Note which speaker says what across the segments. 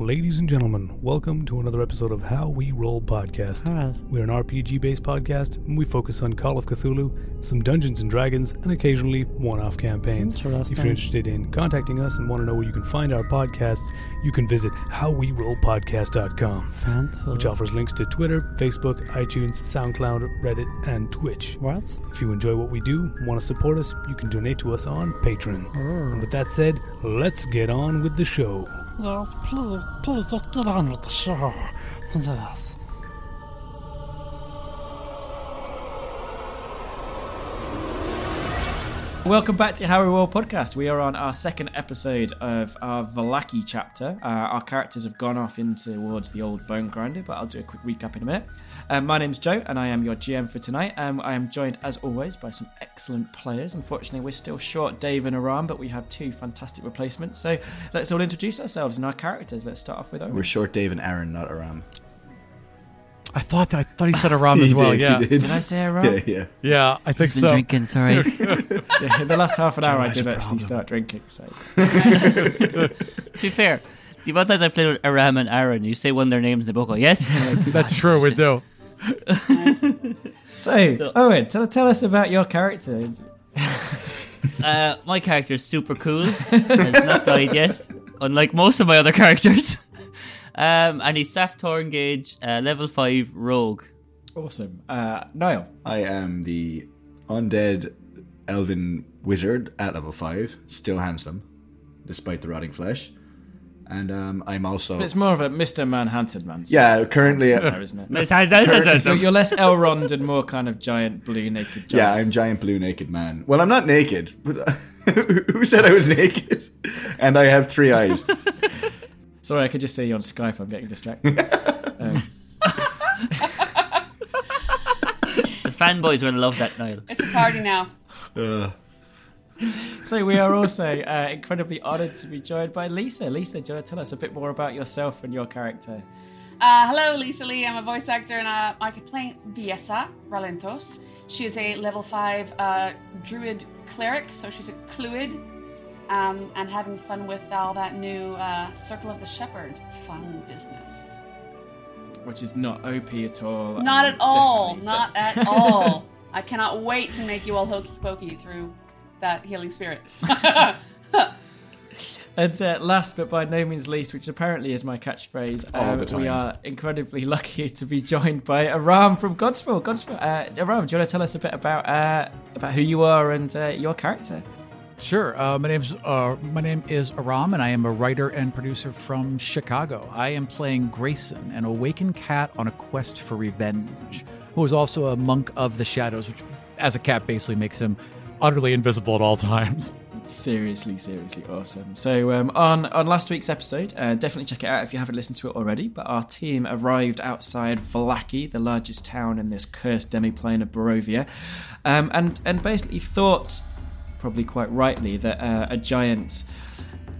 Speaker 1: Ladies and gentlemen, welcome to another episode of How We Roll Podcast. We're an RPG based podcast and we focus on Call of Cthulhu, some Dungeons and Dragons, and occasionally one off campaigns. If you're
Speaker 2: Interesting.
Speaker 1: interested in contacting us and want to know where you can find our podcasts, you can visit howwerollpodcast.com,
Speaker 3: uh,
Speaker 2: Fancy.
Speaker 1: which offers links to Twitter, Facebook, iTunes, SoundCloud, Reddit, and Twitch.
Speaker 2: What?
Speaker 1: If you enjoy what we do and want to support us, you can donate to us on Patreon. And with that said, let's get on with the show.
Speaker 2: Yes, please, please just get on with the show. Yes.
Speaker 4: Welcome back to Harry World Podcast. We are on our second episode of our Valaki chapter. Uh, our characters have gone off in towards the old bone grinder, but I'll do a quick recap in a minute. Um, my name's Joe, and I am your GM for tonight. Um, I am joined, as always, by some excellent players. Unfortunately, we're still short Dave and Aram, but we have two fantastic replacements. So let's all introduce ourselves and our characters. Let's start off with Owen.
Speaker 5: We're short Dave and Aaron, not Aram.
Speaker 3: I thought I thought he said a rum as well.
Speaker 5: did,
Speaker 3: yeah,
Speaker 5: he did.
Speaker 4: Did I say Aram?
Speaker 5: Yeah, yeah.
Speaker 3: yeah, I think
Speaker 2: Been
Speaker 3: so.
Speaker 2: drinking, sorry.
Speaker 4: Yeah, in the last half an hour, I
Speaker 3: has
Speaker 4: did
Speaker 3: a
Speaker 4: actually
Speaker 3: problem.
Speaker 4: start drinking. So
Speaker 2: to be fair, the amount of times I played with Aram and Aaron, you say one of their names in the book, oh, yes?
Speaker 3: That's true. We do.
Speaker 4: So, Owen, tell, tell us about your character.
Speaker 2: uh, my character is super cool. Has not died yet, unlike most of my other characters. Um, and he's Saf Torngage, uh, level 5 rogue.
Speaker 4: Awesome. Uh, Niall.
Speaker 5: I am the undead elven wizard at level 5, still handsome, despite the rotting flesh. And um, I'm also.
Speaker 4: But it's more of a Mr. Manhunted man. so
Speaker 5: yeah, currently.
Speaker 4: there, isn't it?
Speaker 2: Miss Hans- Hans- Hans- Hans-
Speaker 4: You're, you're less Elrond and more kind of giant blue naked
Speaker 5: yeah,
Speaker 4: giant.
Speaker 5: I'm giant blue naked man. Well, I'm not naked, but. who said I was naked? And I have three eyes.
Speaker 4: Sorry, I could just see you on Skype. I'm getting distracted. Um,
Speaker 2: The fanboys would love that, Niall.
Speaker 6: It's a party now.
Speaker 5: Ugh.
Speaker 4: so we are also uh, incredibly honoured to be joined by Lisa. Lisa, do you want to tell us a bit more about yourself and your character?
Speaker 6: Uh, hello, Lisa Lee. I'm a voice actor and uh, I can play Biesa Ralentos. She is a level 5 uh, druid cleric, so she's a cluid um, and having fun with all that new uh, Circle of the Shepherd fun business.
Speaker 4: Which is not OP at all.
Speaker 6: Not
Speaker 4: and
Speaker 6: at all.
Speaker 4: Oh, definitely
Speaker 6: Not
Speaker 4: de-
Speaker 6: at all. I cannot wait to make you all hokey pokey through that healing spirit.
Speaker 4: And uh, last but by no means least, which apparently is my catchphrase,
Speaker 5: All the
Speaker 4: um, we
Speaker 5: time.
Speaker 4: are incredibly lucky to be joined by Aram from Godspell. Godspell, uh, Aram, do you want to tell us a bit about uh, about who you are and uh, your character?
Speaker 3: Sure. Uh, my name's uh, my name is Aram, and I am a writer and producer from Chicago. I am playing Grayson, an awakened cat on a quest for revenge, who is also a monk of the shadows, which, as a cat, basically makes him utterly invisible at all times.
Speaker 4: Seriously, seriously awesome. So um, on on last week's episode, uh, definitely check it out if you haven't listened to it already. But our team arrived outside Valaki, the largest town in this cursed demiplane of Barovia, um, and and basically thought, probably quite rightly, that uh, a giant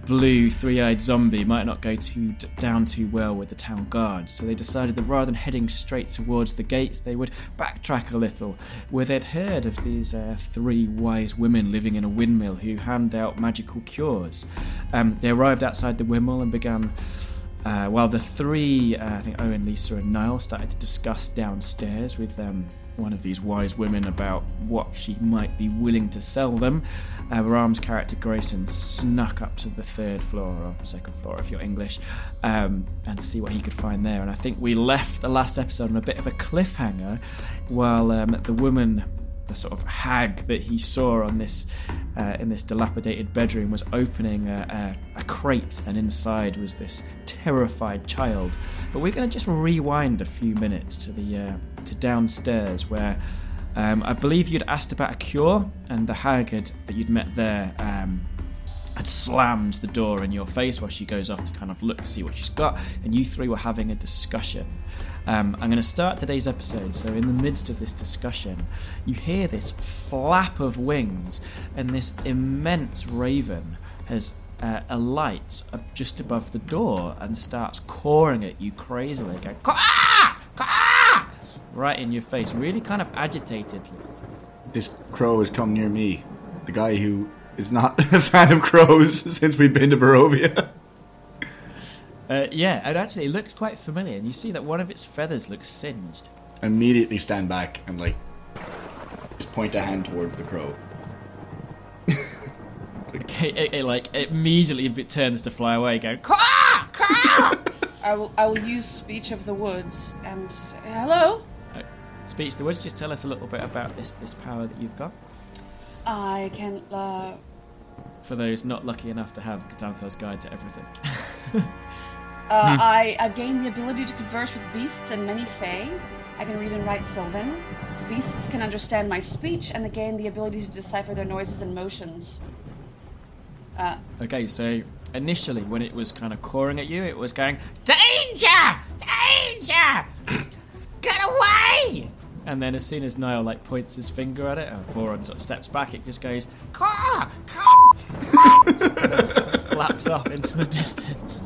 Speaker 4: blue three-eyed zombie might not go too d- down too well with the town guard so they decided that rather than heading straight towards the gates they would backtrack a little where they'd heard of these uh, three wise women living in a windmill who hand out magical cures um, they arrived outside the windmill and began uh, while the three, uh, I think Owen, Lisa, and Niall, started to discuss downstairs with um, one of these wise women about what she might be willing to sell them, uh, Ram's character Grayson snuck up to the third floor or second floor, if you're English, um, and to see what he could find there. And I think we left the last episode on a bit of a cliffhanger, while um, the woman the sort of hag that he saw on this uh, in this dilapidated bedroom was opening a, a, a crate, and inside was this terrified child. But we're going to just rewind a few minutes to the uh, to downstairs where. Um, I believe you'd asked about a cure, and the hag had, that you'd met there um, had slammed the door in your face while she goes off to kind of look to see what she's got, and you three were having a discussion. Um, I'm going to start today's episode. So, in the midst of this discussion, you hear this flap of wings, and this immense raven has uh, alights up just above the door and starts cawing at you crazily, going, "Caw! Caw!" right in your face, really kind of agitatedly.
Speaker 5: this crow has come near me. The guy who is not a fan of crows since we've been to Barovia.
Speaker 4: Uh, yeah, and actually, it looks quite familiar. And you see that one of its feathers looks singed.
Speaker 5: Immediately stand back and like just point a hand towards the crow.
Speaker 4: It, it, it, like immediately it turns to fly away, going. "Caw!"
Speaker 6: I will, I will use speech of the woods and say, hello.
Speaker 4: Uh, Speech to the woods. Just tell us a little bit about this this power that you've got
Speaker 6: I can. Uh,
Speaker 4: for those not lucky enough to have Cthulhu's Guide to Everything.
Speaker 3: Hmm.
Speaker 6: Uh, I, I gain the ability to converse with beasts and many fae. I can read and write Sylvan. Beasts can understand my speech, and they gain the ability to decipher their noises and motions.
Speaker 4: Okay, so initially when it was kind of clawing at you, it was going, Danger! Danger! Get away! And then as soon as Niall like points his finger at it and Voron sort of steps back, it just goes,
Speaker 2: Ah!
Speaker 4: Caw! Cunt! Cunt! flaps off into the distance.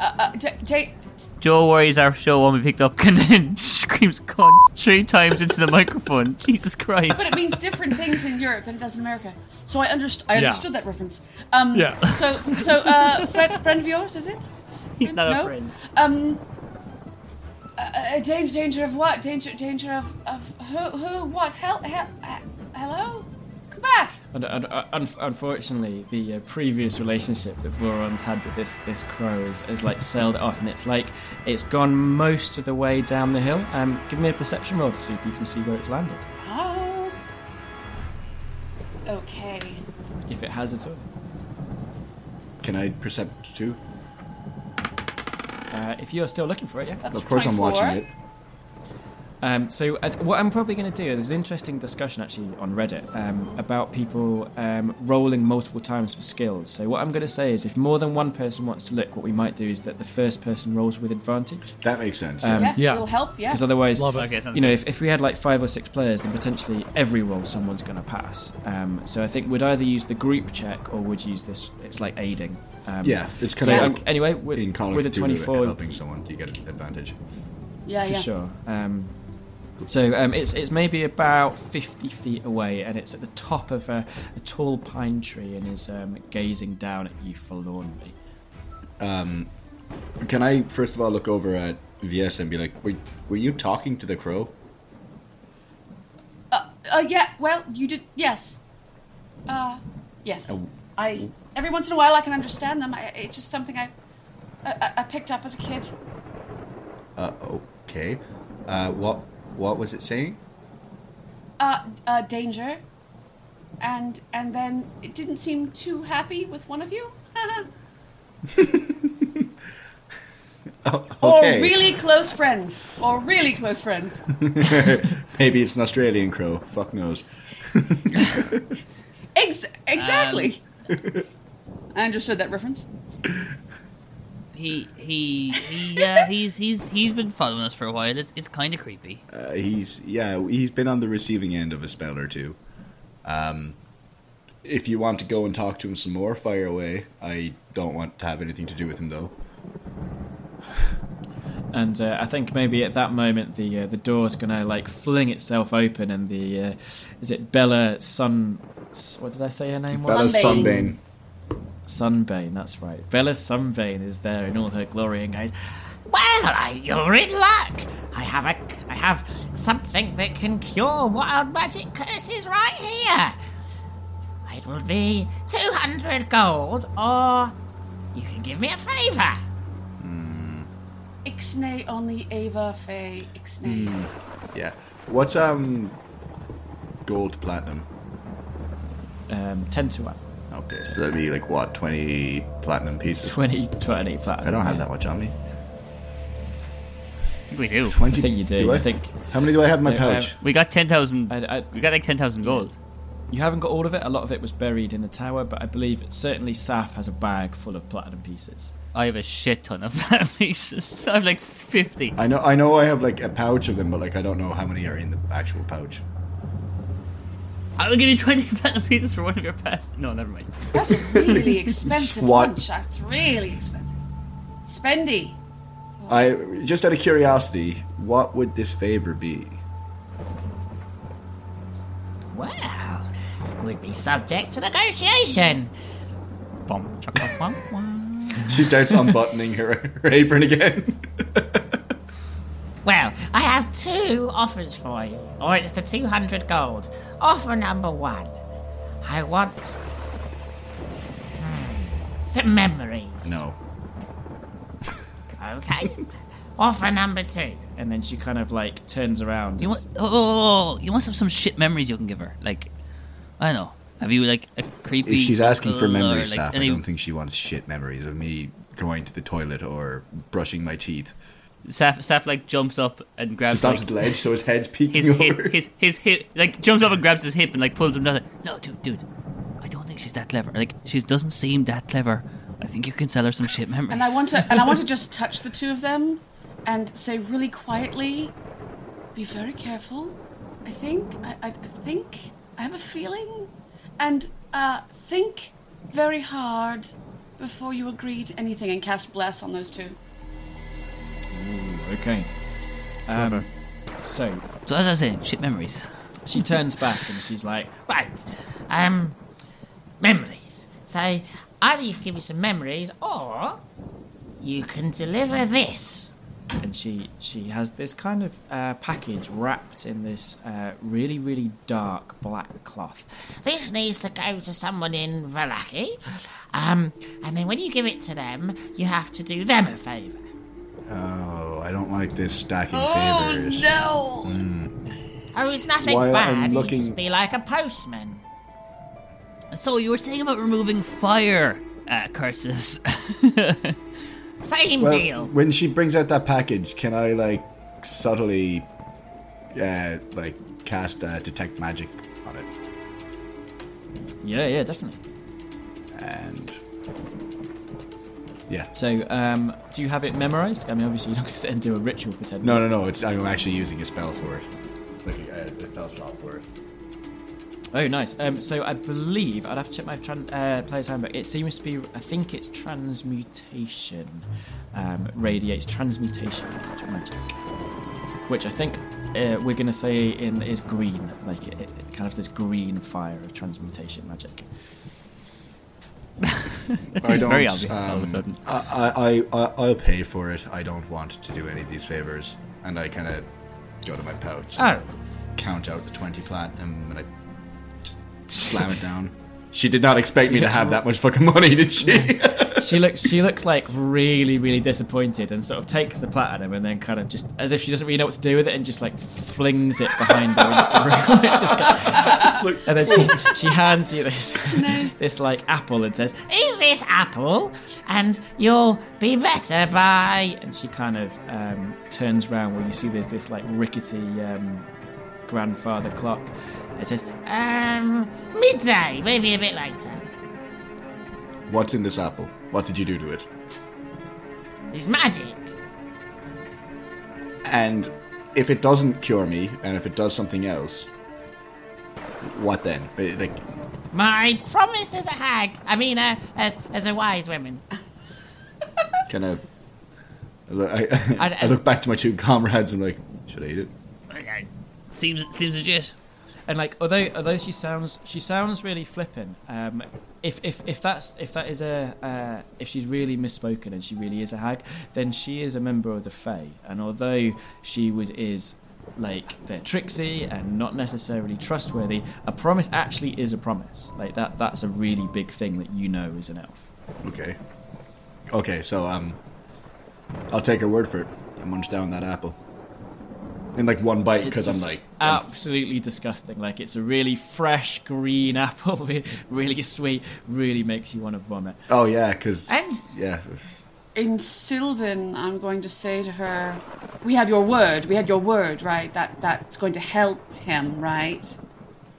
Speaker 6: Uh, J- J-
Speaker 2: Joe worries our show won't be picked up and then screams cunt three times into the microphone. Jesus
Speaker 6: but it
Speaker 2: Christ.
Speaker 6: means different things in Europe than it does in America. So I, underst- I
Speaker 3: Yeah.
Speaker 6: understood that reference. Um,
Speaker 3: Yeah.
Speaker 6: So, so uh, friend, friend of yours, is it?
Speaker 2: He's not
Speaker 6: no?
Speaker 2: a friend.
Speaker 6: Um, uh, uh, danger, danger of what? Danger, danger of, of who, who, what? Hell, hell, uh, hello? Come back!
Speaker 4: And, and uh, un- unfortunately, the uh, previous relationship that Voron's had with this this crow is, is like sailed it off, and it's like it's gone most of the way down the hill. Um, give me a perception roll to see if you can see where it's landed,
Speaker 6: Oh. Okay.
Speaker 4: if it has at all.
Speaker 5: Can I percept too?
Speaker 4: Uh, if you're still looking for it, yeah.
Speaker 6: That's
Speaker 5: Of course,
Speaker 6: 24.
Speaker 5: I'm watching it.
Speaker 4: Um, so uh, what I'm probably going to do, there's an interesting discussion actually on Reddit um, about people um, rolling multiple times for skills. So what I'm going to say is, if more than one person wants to look, what we might do is that the first person rolls with advantage,
Speaker 5: That makes sense.
Speaker 4: Um,
Speaker 6: Yeah,
Speaker 3: Yeah.
Speaker 6: it'll help, yeah.
Speaker 4: because otherwise,
Speaker 3: Love it.
Speaker 2: Okay, sounds
Speaker 4: you know, if, if we had like five or six players, then potentially every roll someone's going to pass. Um, so I think we'd either use the group check or would use this. It's like aiding. Um,
Speaker 5: yeah, it's
Speaker 4: So
Speaker 5: kind of
Speaker 4: um,
Speaker 5: like
Speaker 4: anyway, with,
Speaker 5: in Call of
Speaker 4: with a
Speaker 5: Cthulhu,
Speaker 4: twenty-four,
Speaker 5: helping someone, you get an advantage.
Speaker 6: yeah,
Speaker 4: for
Speaker 6: yeah.
Speaker 4: sure. Um, so um, it's it's maybe about fifty feet away, and it's at the top of a, a tall pine tree, and is um, gazing down at you forlornly.
Speaker 5: Can I first of all look over at VS and be like, "Were, were you talking to the crow?"
Speaker 6: Uh, yeah, well, you did. Yes. Uh, yes.
Speaker 4: Oh.
Speaker 6: I. Every once in a while I can understand them. I, it's just something I, I- I, I picked up as a kid.
Speaker 5: Uh, okay. Uh, what what was it saying?
Speaker 6: Uh, uh, danger. And and then it didn't seem too happy with one of you. or
Speaker 5: Okay.
Speaker 6: really close friends. Or really close friends.
Speaker 5: Maybe it's an Australian crow. Fuck knows.
Speaker 6: Ex- exactly. I understood that reference.
Speaker 2: He he he yeah, he's he's he's been following us for a while. It's it's kinda creepy.
Speaker 5: Uh, he's yeah, he's been on the receiving end of a spell or two. Um, if you want to go and talk to him some more, fire away. I don't want to have anything to do with him though.
Speaker 4: And uh, I think maybe at that moment the uh, the door's gonna like fling itself open, and the uh, is it Bella Sun? What did I say her name was?
Speaker 6: Bella Sunbane.
Speaker 5: Sunbane.
Speaker 4: Sunbane, that's right. Bella Sunbane is there in all her glory and goes,
Speaker 7: Well, I, you're in luck. I have a, I have something that can cure wild magic curses right here. It will be two hundred gold, or you can give me a favour.
Speaker 6: Ixnay only Ava Faye Ixnay.
Speaker 5: Yeah. What's um gold platinum?
Speaker 4: um, ten to one.
Speaker 5: Okay, so that'd be like what twenty platinum pieces.
Speaker 4: 20, 20 platinum.
Speaker 5: I don't have
Speaker 4: yeah.
Speaker 5: that much on me.
Speaker 2: I think we do.
Speaker 5: Twenty.
Speaker 4: I think you do. I think
Speaker 5: How many do I have in my
Speaker 4: I-
Speaker 5: pouch?
Speaker 2: We got ten thousand
Speaker 4: I, I,
Speaker 2: we got like ten thousand gold.
Speaker 4: You haven't got all of it. A lot of it was buried in the tower, but I believe certainly Saf has a bag full of platinum pieces.
Speaker 2: I have a shit ton of pieces. I have like fifty.
Speaker 5: I know. I know. I have like a pouch of them, but like I don't know how many are in the actual pouch.
Speaker 2: I will give you twenty platinum pieces for one of your pasts. No, never mind.
Speaker 6: That's a really expensive
Speaker 5: Swat.
Speaker 6: lunch. That's really expensive. Spendy.
Speaker 5: I just out of curiosity, what would this favor be?
Speaker 7: Well, would be subject to negotiation.
Speaker 2: bum, chaka, bum, bum.
Speaker 5: She starts unbuttoning her, her apron again.
Speaker 7: Well, I have two offers for you, or it's the 200 gold. Offer number one I want. hmm, some memories.
Speaker 5: No.
Speaker 7: Okay. Offer number two.
Speaker 4: And then she kind of like turns around.
Speaker 2: You
Speaker 4: and
Speaker 2: want? Oh, oh, oh, you must have some shit memories you can give her. Like, I don't know. Have you like a creepy?
Speaker 5: If she's asking for
Speaker 2: uncle or,
Speaker 5: memory
Speaker 2: like,
Speaker 5: stuff, I
Speaker 2: any
Speaker 5: don't think she wants shit memories of me going to the toilet or brushing my teeth.
Speaker 2: Saf, Saf like jumps up and grabs
Speaker 5: Just onto
Speaker 2: like,
Speaker 5: the ledge, so his head's peeking
Speaker 2: his
Speaker 5: over.
Speaker 2: hip, his his hip, like jumps up and grabs his hip and like pulls him down. Like, no, dude, dude, I don't think she's that clever. Like, she doesn't seem that clever. I think you can sell her some shit memories.
Speaker 6: And I want to and I want to just touch the two of them and say really quietly, be very careful. I think I, I, I think I have a feeling, and uh, think very hard before you agree to anything and cast bless on those two.
Speaker 4: Okay. Um, so
Speaker 2: So as I was saying, shit memories.
Speaker 4: she turns back and she's like,
Speaker 7: Right. Um, memories. So either you can give me some memories, or you can deliver this.
Speaker 4: and she she has this kind of uh, package wrapped in this uh, really really dark black cloth.
Speaker 7: This needs to go to someone in Valaki. Um, and then when you give it to them, you have to do them a favour.
Speaker 5: Oh, I don't like this stacking favors.
Speaker 6: no!
Speaker 7: Oh, it's nothing
Speaker 5: While
Speaker 7: bad.
Speaker 5: I'm
Speaker 7: you
Speaker 5: looking-
Speaker 7: just be like a postman.
Speaker 2: So you were saying about removing fire uh, curses.
Speaker 7: Same
Speaker 5: Well,
Speaker 7: deal.
Speaker 5: when she brings out that package, can I like subtly, uh, like cast uh, detect magic on it?
Speaker 4: Yeah, yeah, definitely.
Speaker 5: And yeah,
Speaker 4: So um, do you have it memorized? I mean, obviously you're not going to sit and do a ritual for ten.
Speaker 5: no, no,
Speaker 4: minutes.
Speaker 5: no. It's I'm actually using a spell for it, like a, a spell slot for it.
Speaker 4: Oh, nice. Um, so I believe I'd have to check my tran- uh, player's handbook. It seems to be. I think it's transmutation. Um, radiates transmutation magic, which I think uh, we're gonna say in is green. Like it, it it kind of this green fire of transmutation magic.
Speaker 2: that
Speaker 5: I
Speaker 2: seems very
Speaker 5: don't,
Speaker 2: obvious all of
Speaker 5: um,
Speaker 2: a sudden.
Speaker 5: I, I, I, I- I'll pay for it. I don't want to do any of these favors. And I kind of go to my pouch, and
Speaker 2: Ah.
Speaker 7: Oh,
Speaker 5: count out the 20 platinum, and I just slam it down. She did not expect me to have that much fucking money, did she?
Speaker 4: She looks. She looks like really, really disappointed, and sort of takes the platinum, and then kind of just as if she doesn't really know what to do with it, and just like flings it behind her into the room. It's just like- and then she, she hands you this this like apple and says,
Speaker 7: eat this apple, and you'll be better by.
Speaker 4: and she kind of um, turns round where you see there's this like rickety um, grandfather clock. It says,
Speaker 7: Um, midday, maybe a bit later.
Speaker 5: What's in this apple? What did you do to it?
Speaker 7: It's magic.
Speaker 5: And if it doesn't cure me, and if it does something else, what then? Eh, Like,
Speaker 7: My promise as a hag. I mean, uh, as, as a wise woman.
Speaker 5: kind of. I, I,
Speaker 7: I'd-
Speaker 5: I look back to my two comrades and I'm like, should I eat it?
Speaker 2: Okay. Seems seems legit.
Speaker 4: and like although although she sounds she sounds really flippant. Um, if if if that's if that is a uh, if she's really misspoken and she really is a hag, then she is a member of the Fae. And although she was is like they're tricksy and not necessarily trustworthy, a promise actually is a promise. Like that that's a really big thing that you know as an elf.
Speaker 5: Okay. Okay, so um I'll take her word for it. I munch down that apple. In like one bite
Speaker 4: It's
Speaker 5: because I'm
Speaker 4: just
Speaker 5: like
Speaker 4: absolutely disgusting. Like it's a really fresh green apple, really sweet, really makes you want to vomit.
Speaker 5: Oh yeah, cuz
Speaker 7: And-
Speaker 5: yeah.
Speaker 6: In Sylvan, I'm going to say to her, "We have your word. We have your word, right? That that's going to help him, right?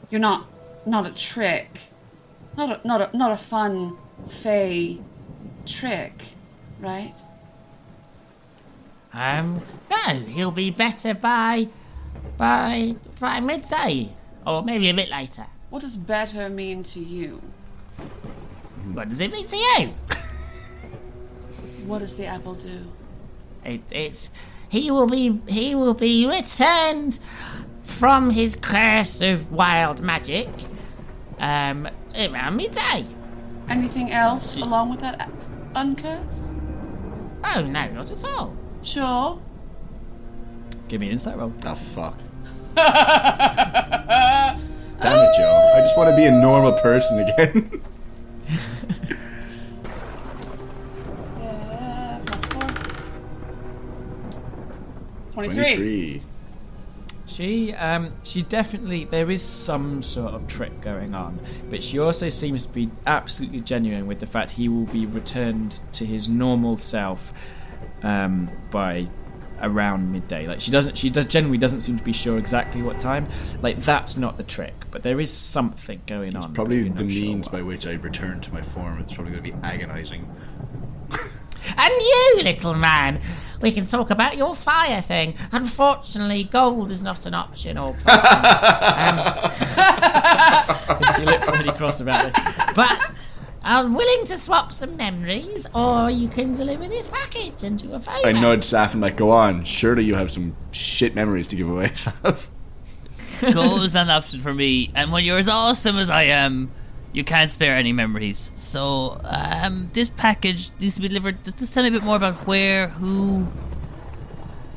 Speaker 6: You're not not a trick, not a not a not a fun fey trick, right?
Speaker 7: Um, no, he'll be better by by by midday, or maybe a bit later.
Speaker 6: What does better mean to you?
Speaker 7: What does it mean to you?
Speaker 6: What does the apple do?
Speaker 7: It, it's he will be he will be returned from his curse of wild magic um, around midday.
Speaker 6: Anything else along with that uh, uncurse?
Speaker 7: Oh, no, not at all.
Speaker 6: Sure.
Speaker 4: Give me an insight roll.
Speaker 5: Oh, fuck. Damn it, Joe. I just want to be a normal person again.
Speaker 6: Uh, plus four. 23.
Speaker 5: 23.
Speaker 4: She, um, she definitely there is some sort of trick going on, but she also seems to be absolutely genuine with the fact he will be returned to his normal self um, by around midday. Like she doesn't, she does generally doesn't seem to be sure exactly what time. Like that's not the trick, but there is something going on.
Speaker 5: Probably
Speaker 4: but we're
Speaker 5: the
Speaker 4: not sure
Speaker 5: means
Speaker 4: what.
Speaker 5: by which I return to my form. It's probably going to be agonizing.
Speaker 7: And you, little man, we can talk about your fire thing. Unfortunately, gold is not an option or
Speaker 4: she looks really cross about this.
Speaker 7: But I'm willing to swap some memories, or you can deliver this package and do a favour.
Speaker 5: I nudge Saf and like, go on. Surely you have some shit memories to give away, Saf.
Speaker 2: Gold is an option for me, and when you're as awesome as I am, you can't spare any memories. So, um, this package needs to be delivered. Just just tell me a bit more about where, who,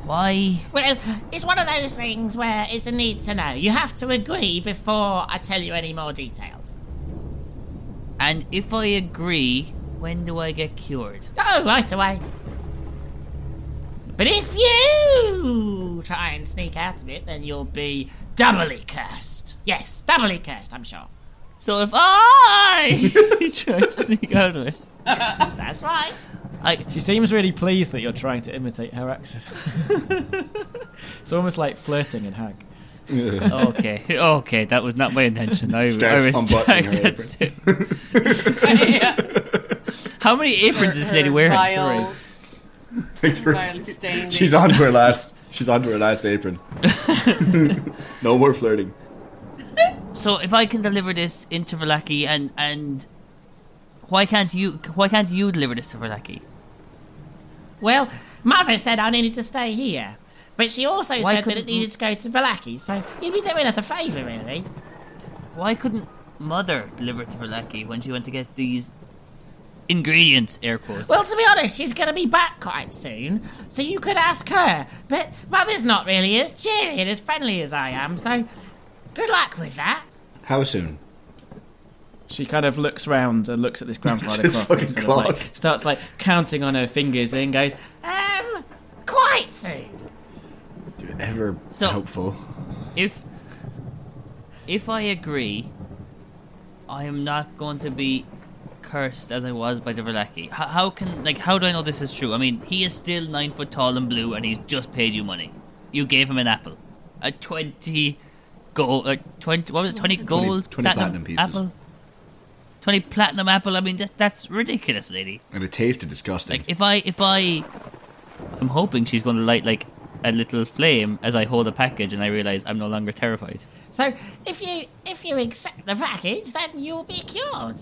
Speaker 2: why.
Speaker 7: Well, it's one of those things where it's a need to know. You have to agree before I tell you any more details.
Speaker 2: And if I agree, when do I get cured?
Speaker 7: Oh, right away. But if you try and sneak out of it, then you'll be doubly cursed. Yes, doubly cursed, I'm sure.
Speaker 2: So if I try to sneak out of it,
Speaker 7: That's right.
Speaker 2: I
Speaker 4: She seems really pleased that you're trying to imitate her accent. it's almost like flirting in Hag.
Speaker 2: okay, okay, that was not my intention. I, I
Speaker 5: Starts
Speaker 2: was
Speaker 5: unbuttoning her
Speaker 2: that's it. How many aprons is this lady wearing?
Speaker 6: Vile,
Speaker 5: Like,
Speaker 6: vile stain.
Speaker 5: she's on to her last. She's on to her last apron. no more flirting.
Speaker 2: So if I can deliver this into Verlaki and and why can't you why can't you deliver this to Verlaki?
Speaker 7: Well, Mother said I needed to stay here. But she also
Speaker 2: Why
Speaker 7: said that it
Speaker 2: couldn't-
Speaker 7: needed to go to Valaki, so you'd be doing us a favour, really.
Speaker 2: Why couldn't Mother deliver it to Verlaki when she went to get these ingredients? Air quotes.
Speaker 7: Well, to be honest, she's going to be back quite soon, so you could ask her. But Mother's not really as cheery and as friendly as I am, so good luck with that.
Speaker 5: How soon?
Speaker 4: She kind of looks round and looks at this grandfather
Speaker 5: This
Speaker 4: clock.
Speaker 5: fucking
Speaker 4: and kind of like-
Speaker 5: clock.
Speaker 4: starts like counting on her fingers, then goes,
Speaker 7: Um, quite soon.
Speaker 5: Ever
Speaker 2: So-
Speaker 5: helpful.
Speaker 2: if if I agree, I am not going to be cursed as I was by the Verlaki. H- how can like how do I know this is true? I mean, he is still nine foot tall and blue, and he's just paid you money. You gave him an apple, a twenty gold, a twenty what was it, twenty gold,
Speaker 5: 20 platinum pieces.
Speaker 2: apple, twenty platinum apple. I mean, that, that's ridiculous, lady.
Speaker 5: And it tasted disgusting.
Speaker 2: Like if I if I I'm hoping she's going to light like a little flame as I hold a package and I realize I'm no longer terrified.
Speaker 7: So if you if you accept the package, then you'll be cured.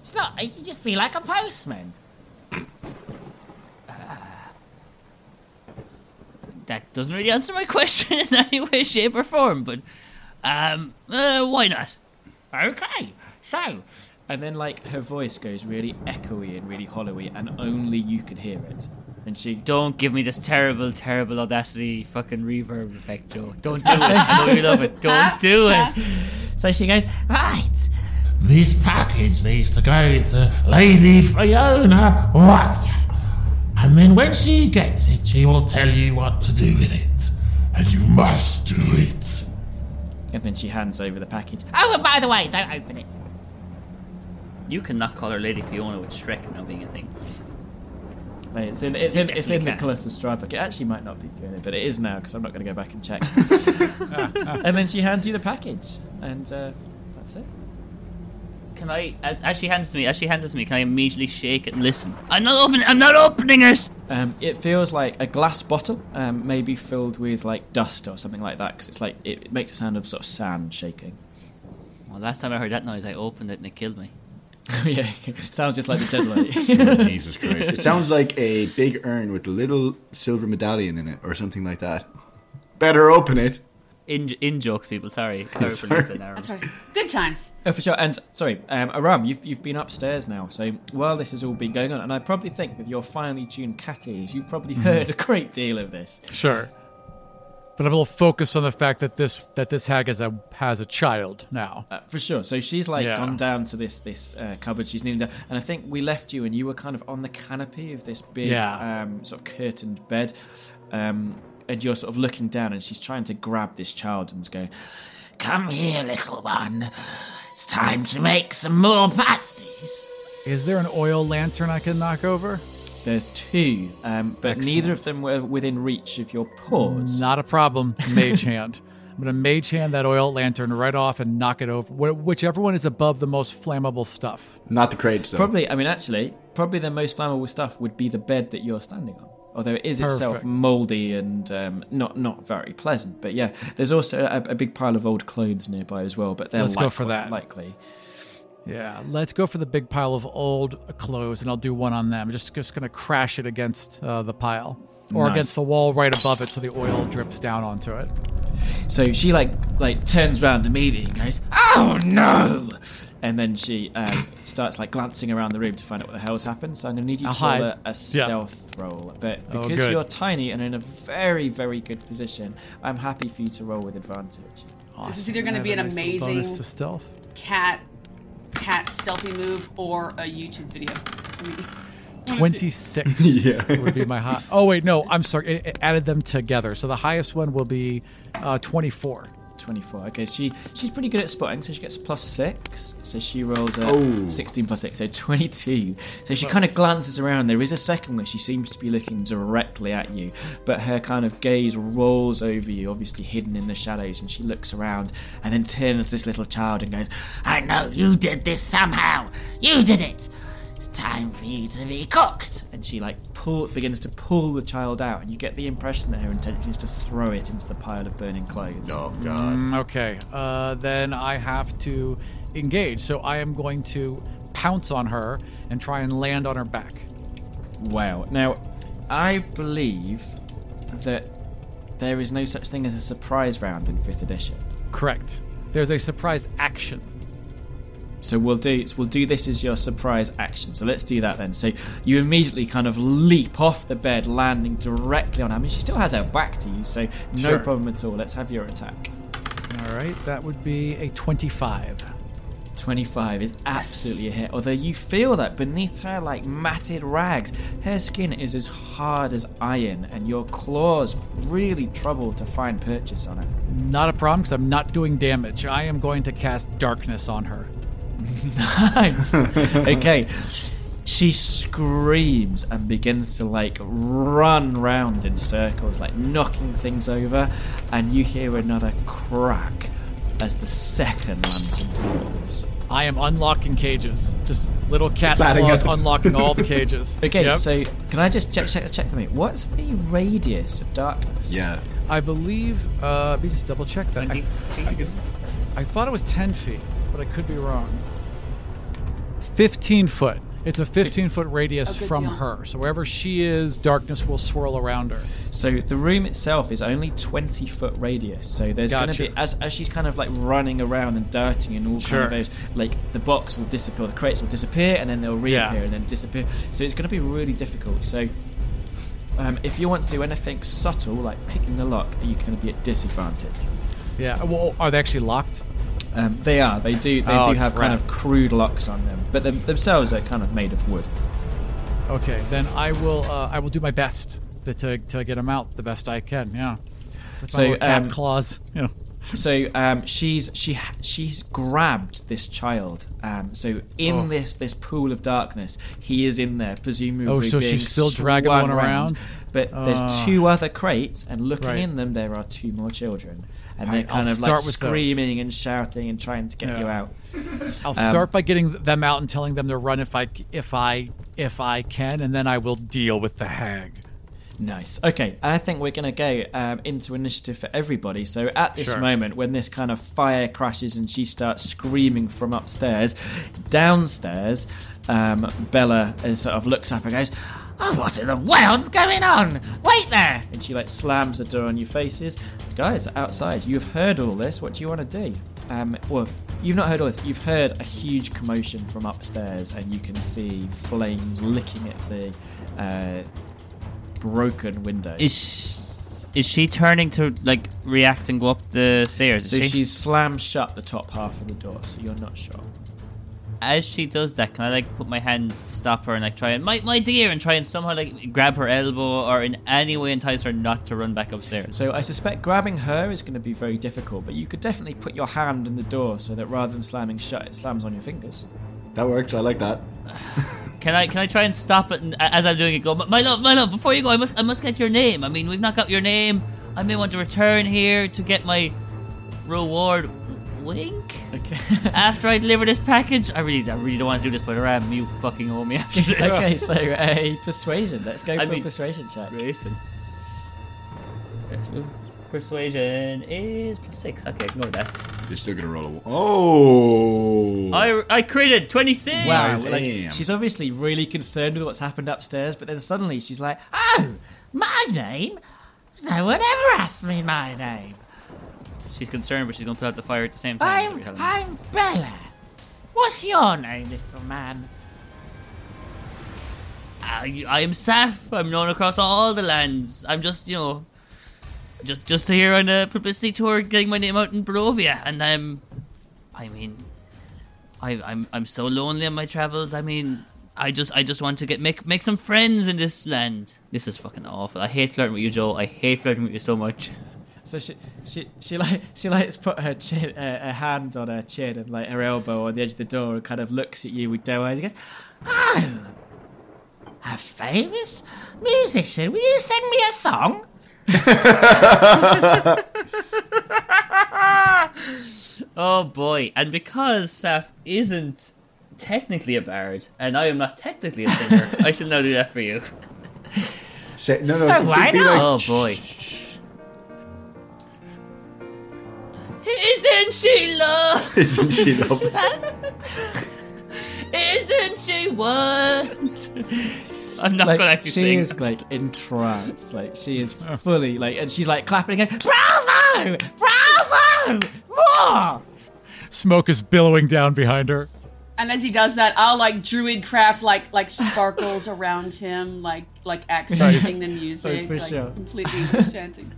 Speaker 7: It's not. You just be like a postman.
Speaker 2: That doesn't really answer my question in any way, shape, or form, but um, uh, why not?
Speaker 7: Okay. So
Speaker 4: and then like her voice goes really echoey and really hollowy, and only you can hear it. And she,
Speaker 2: Don't give me this terrible, terrible audacity fucking reverb effect, Joe. Don't do it. I know you love it. Don't do it.
Speaker 7: so she goes
Speaker 4: "Ah!"
Speaker 7: right.
Speaker 8: This package needs to go to Lady Fiona White. And then when she gets it, she will tell you what to do with it. And you must do it.
Speaker 4: and then she hands over the package.
Speaker 7: Oh, and by the way, don't open it.
Speaker 2: You cannot call her Lady Fiona with Shrek now being a thing.
Speaker 4: Like, It's in, it's in, it's in
Speaker 2: definitely
Speaker 4: Nicholas of Strybrook. It actually might not be Fiona, but it is now because I'm not going to go back and check. and then she hands you the package, and uh, that's it.
Speaker 2: Can I, as, as she hands it to me, as she hands it to me, can I immediately shake it and listen? I'm not opening. I'm not opening it.
Speaker 4: Um, it feels like a glass bottle, um, maybe filled with like dust or something like that, because it's like it, it makes a sound of sort of sand shaking.
Speaker 2: Well, last time I heard that noise, I opened it and it killed me.
Speaker 4: yeah, sounds just like the deadline.
Speaker 5: Jesus Christ! It sounds like a big urn with a little silver medallion in it, or something like that. Better open it.
Speaker 2: In, in jokes, people. Sorry, sorry for
Speaker 4: Sorry.
Speaker 2: losing Aaron.
Speaker 6: That's right. Good times.
Speaker 4: Oh, for sure. And sorry, um, Aram, you've, you've been upstairs now. So while this has all been going on, and I probably think with your finely tuned cat ears, you've probably
Speaker 5: Hmm.
Speaker 4: heard a great deal of this.
Speaker 3: Sure. But I will focus on the fact that this that this hag has a has a child now.
Speaker 4: Uh, for sure. So she's like
Speaker 3: Yeah.
Speaker 4: gone down to this this uh, cupboard. She's kneeling down, and I think we left you, and you were kind of on the canopy of this big
Speaker 3: Yeah.
Speaker 4: um, sort of curtained bed, um, and you're sort of looking down, and she's trying to grab this child and is going,
Speaker 7: Come here, little one. It's time to make some more pasties.
Speaker 3: Is there an oil lantern I can knock over?
Speaker 4: "There's two, um, but neither of them were within reach of your paws."
Speaker 3: Not a problem, mage hand. I'm gonna mage hand that oil lantern right off and knock it over. Wh- Whichever one is above the most flammable stuff.
Speaker 5: Not the crates, though.
Speaker 4: Probably, I mean, actually, probably the most flammable stuff would be the bed that you're standing on. Although it is itself
Speaker 3: Perfect.
Speaker 4: mouldy and um, not not very pleasant, but yeah, there's also a, a big pile of old clothes nearby as well. But they're
Speaker 3: Let's
Speaker 4: likely,
Speaker 3: go for that.
Speaker 4: Likely,
Speaker 3: Yeah, let's go for the big pile of old clothes, and I'll do one on them. Just just gonna crash it against uh, the pile or
Speaker 4: Nice.
Speaker 3: against the wall right above it, so the oil drips down onto it.
Speaker 4: so she like like turns around immediately and goes, "Oh no!" And then she um, starts like glancing around the room to find out what the hell's happened. So I'm gonna need you
Speaker 3: I'll
Speaker 4: to roll
Speaker 3: hide.
Speaker 4: a, a stealth roll, but
Speaker 3: Oh,
Speaker 4: because
Speaker 3: good.
Speaker 4: you're tiny and in a very very good position, I'm happy for you to roll with advantage.
Speaker 6: This is either going to be an
Speaker 3: Have a nice little bonus
Speaker 6: amazing
Speaker 3: to stealth.
Speaker 6: cat cat stealthy move or a YouTube video. for me.
Speaker 3: Twenty six would be my high. Oh wait, no, I'm sorry. It, it added them together, so the highest one will be uh, twenty four.
Speaker 4: 24. Okay, she she's pretty good at spotting, so she gets a plus six. So she rolls a 16 plus six, so 22. So she kind of glances around. There is a second where she seems to be looking directly at you, but her kind of gaze rolls over you, obviously hidden in the shadows, and she looks around and then turns to this little child and goes, "Ah!"
Speaker 7: I know you did this somehow. You did it. It's time for you to be cooked.
Speaker 4: and she like pull begins to pull the child out, and you get the impression that her intention is to throw it into the pile of burning clothes.
Speaker 5: Oh, God.
Speaker 3: Mm, Okay, uh, then I have to engage. So I am going to pounce on her and try and land on her back.
Speaker 4: Wow. Now, I believe that there is no such thing as a surprise round in fifth edition.
Speaker 3: Correct. There's a surprise action.
Speaker 4: So we'll do we'll do this as your surprise action. So let's do that then. So you immediately kind of leap off the bed, landing directly on. her. I mean, she still has her back to you, so no
Speaker 3: Sure.
Speaker 4: problem at all. Let's have your attack.
Speaker 3: All right, that would be a 25.
Speaker 4: 25 is absolutely a hit. Although you feel that beneath her, like matted rags, her skin is as hard as iron, and your claws really trouble to find purchase on it.
Speaker 3: Not a problem because I'm not doing damage. I am going to cast darkness on her.
Speaker 4: Nice. okay. She screams and begins to like run round in circles, like knocking things over, and you hear another crack as the second lantern falls.
Speaker 3: I am unlocking cages. Just little cat
Speaker 5: Batting
Speaker 3: claws
Speaker 5: it.
Speaker 3: unlocking all the cages.
Speaker 4: Okay,
Speaker 3: Yep.
Speaker 4: so can I just check check check something? What's the radius of darkness?
Speaker 5: Yeah.
Speaker 3: I believe. Uh, let me just double check that. I, I thought it was 10 feet, but I could be wrong. 15 foot. It's a 15 foot radius
Speaker 6: good
Speaker 3: from
Speaker 6: deal.
Speaker 3: her. So wherever she is, darkness will swirl around her.
Speaker 4: So the room itself is only twenty foot radius. So there's
Speaker 3: Gotcha.
Speaker 4: gonna be as as she's kind of like running around and darting and all
Speaker 3: Sure.
Speaker 4: kind of those like the box will disappear, the crates will disappear, and then they'll reappear
Speaker 3: Yeah.
Speaker 4: and then disappear. So it's gonna be really difficult. So um, if you want to do anything subtle like picking the lock, you're gonna be at disadvantage.
Speaker 3: Yeah. Well, oh, are they actually locked?
Speaker 4: Um, they are. They do. They
Speaker 3: Oh,
Speaker 4: do have kind
Speaker 3: crap.
Speaker 4: of crude locks on them, but them, themselves are kind of made of wood.
Speaker 3: Okay. Then I will. Uh, I will do my best to, to, to get them out the best I can. Yeah. With
Speaker 4: So,
Speaker 3: my little cat
Speaker 4: um,
Speaker 3: claws. You know.
Speaker 4: So um, she's she she's grabbed this child. Um, so in
Speaker 3: Oh.
Speaker 4: this this pool of darkness, he is in there, presumably.
Speaker 3: Oh, so she's
Speaker 4: being
Speaker 3: still dragging
Speaker 4: swung
Speaker 3: one around?
Speaker 4: But there's
Speaker 3: Ah.
Speaker 4: two other crates, and looking
Speaker 3: Right.
Speaker 4: in them, there are two more children, and
Speaker 3: All
Speaker 4: they're
Speaker 3: right, I'll
Speaker 4: kind of like
Speaker 3: start with those.
Speaker 4: screaming and shouting and trying to get
Speaker 3: Yeah.
Speaker 4: you out.
Speaker 3: I'll
Speaker 4: Um,
Speaker 3: start by getting them out and telling them to run if I c- if I if I can, and then I will deal with the hag.
Speaker 4: Nice. Okay, I think we're going to go um, into initiative for everybody. So at this
Speaker 3: Sure.
Speaker 4: moment, when this kind of fire crashes and she starts screaming from um, upstairs, downstairs, um, Bella is sort of looks up and goes,
Speaker 7: Oh, what in the world's going on? Wait there!
Speaker 4: And she like slams the door on your faces. Guys, outside, you've heard all this. What do you want to do? Um, well, you've not heard all this. You've heard a huge commotion from upstairs, and you can see flames licking at the uh, broken window.
Speaker 2: Is is she turning to like react and go up the stairs? Is
Speaker 4: so
Speaker 2: she?
Speaker 4: she's slammed shut the top half of the door, so you're not sure.
Speaker 2: As she does that, can I like put my hand to stop her and like try and my my dear and try and somehow like grab her elbow or in any way entice her not to run back upstairs?
Speaker 4: So I suspect grabbing her is going to be very difficult, but you could definitely put your hand in the door so that rather than slamming shut, it slams on your fingers.
Speaker 5: That works. I like that.
Speaker 2: Can I can I try and stop it and, as I'm doing it? Go, my love, my love. Before you go, I must I must get your name. I mean, we've not got your name. I may want to return here to get my reward. Wink.
Speaker 4: Okay.
Speaker 2: After I deliver this package, I really I really don't want to do this, but Ram, you fucking owe me after this.
Speaker 4: okay, so a persuasion. Let's go
Speaker 2: I
Speaker 4: for
Speaker 2: mean-
Speaker 4: a persuasion check.
Speaker 2: Grayson. Persuasion is plus six. Okay, ignore that.
Speaker 5: You're still gonna roll a. Oh.
Speaker 2: I I created twenty six.
Speaker 4: Wow,
Speaker 5: Nice.
Speaker 4: like,
Speaker 5: Damn.
Speaker 4: she's obviously really concerned with what's happened upstairs, but then suddenly she's like, "Ah!"
Speaker 7: Oh, my name? No one ever asked me my name.
Speaker 2: She's concerned, but she's gonna put out the fire at the same time.
Speaker 7: I'm, I'm Bella. What's your name, little man?
Speaker 2: I, I'm Saf. I'm known across all the lands. I'm just you know, just just here on a publicity tour, getting my name out in Barovia, and I'm, I mean, I, I'm I'm so lonely on my travels. I mean, I just I just want to get make make some friends in this land. This is fucking awful. I hate flirting with you, Joe. I hate flirting with you so much.
Speaker 4: so she she she like she likes put her chin, uh, her hand on her chin and like her elbow on the edge of the door and kind of looks at you with doe eyes. and goes,
Speaker 7: Oh, a famous musician. Will you sing me a song?
Speaker 2: Oh boy! And because Saf isn't technically a bard, and I am not technically a singer, I shall now do that for you.
Speaker 5: Say, no, no.
Speaker 7: Oh, why
Speaker 5: be
Speaker 7: not?
Speaker 2: Oh boy. Isn't she love?
Speaker 5: Isn't she lovely?
Speaker 2: Isn't she what? I'm not gonna
Speaker 4: like
Speaker 2: actually
Speaker 4: she
Speaker 2: sing.
Speaker 4: is like entranced, like she is fully like, and she's like clapping again.
Speaker 7: Bravo! Bravo! More!
Speaker 3: Smoke is billowing down behind her.
Speaker 6: And as he does that, I'll like druid craft like like sparkles around him, like like accenting the music,
Speaker 4: for
Speaker 6: like
Speaker 4: sure.
Speaker 6: completely enchanting.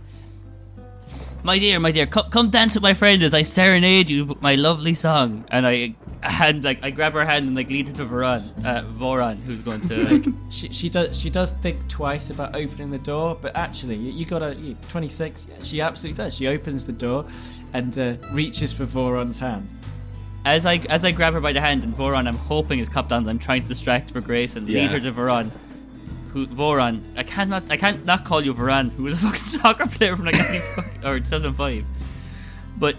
Speaker 2: My dear, my dear, come, come dance with my friend as I serenade you with my lovely song. And I hand like I grab her hand and like lead her to Voran, uh, Voran, who's going to. Like,
Speaker 4: She, she does she does think twice about opening the door, but actually you, you got a 26. She absolutely does. She opens the door and uh, reaches for Voron's hand.
Speaker 2: as I as I grab her by the hand and Voron, I'm hoping is cupped on. I'm trying to distract for Grace and
Speaker 5: Yeah.
Speaker 2: lead her to Voron. Who Voron? I cannot I can't not call you Voron, who was a fucking soccer player from like 90 fuck- or 2005. But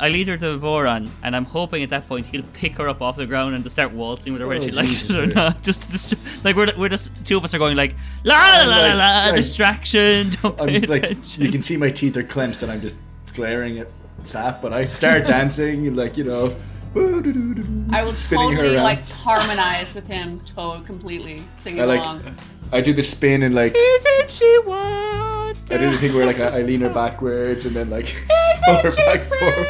Speaker 2: I lead her to Voron, and I'm hoping at that point he'll pick her up off the ground and just start waltzing with her whether
Speaker 5: Oh,
Speaker 2: she likes it or not. Just to distra- like we're we're just the two of us are going like la la la la, la
Speaker 5: Right, right.
Speaker 2: distraction. Don't pay
Speaker 5: I'm like,
Speaker 2: attention.
Speaker 5: you can see my teeth are clenched and I'm just glaring at Saf, but I start dancing and like, you know. woo-doo-doo-doo-doo.
Speaker 6: I will
Speaker 5: Spinning her
Speaker 6: totally
Speaker 5: around.
Speaker 6: like harmonize with him, to completely singing
Speaker 5: I
Speaker 6: along.
Speaker 5: like, I do the spin and like, I
Speaker 7: Isn't she what?
Speaker 5: do the thing where like I, I lean her backwards and then like pull her back forward.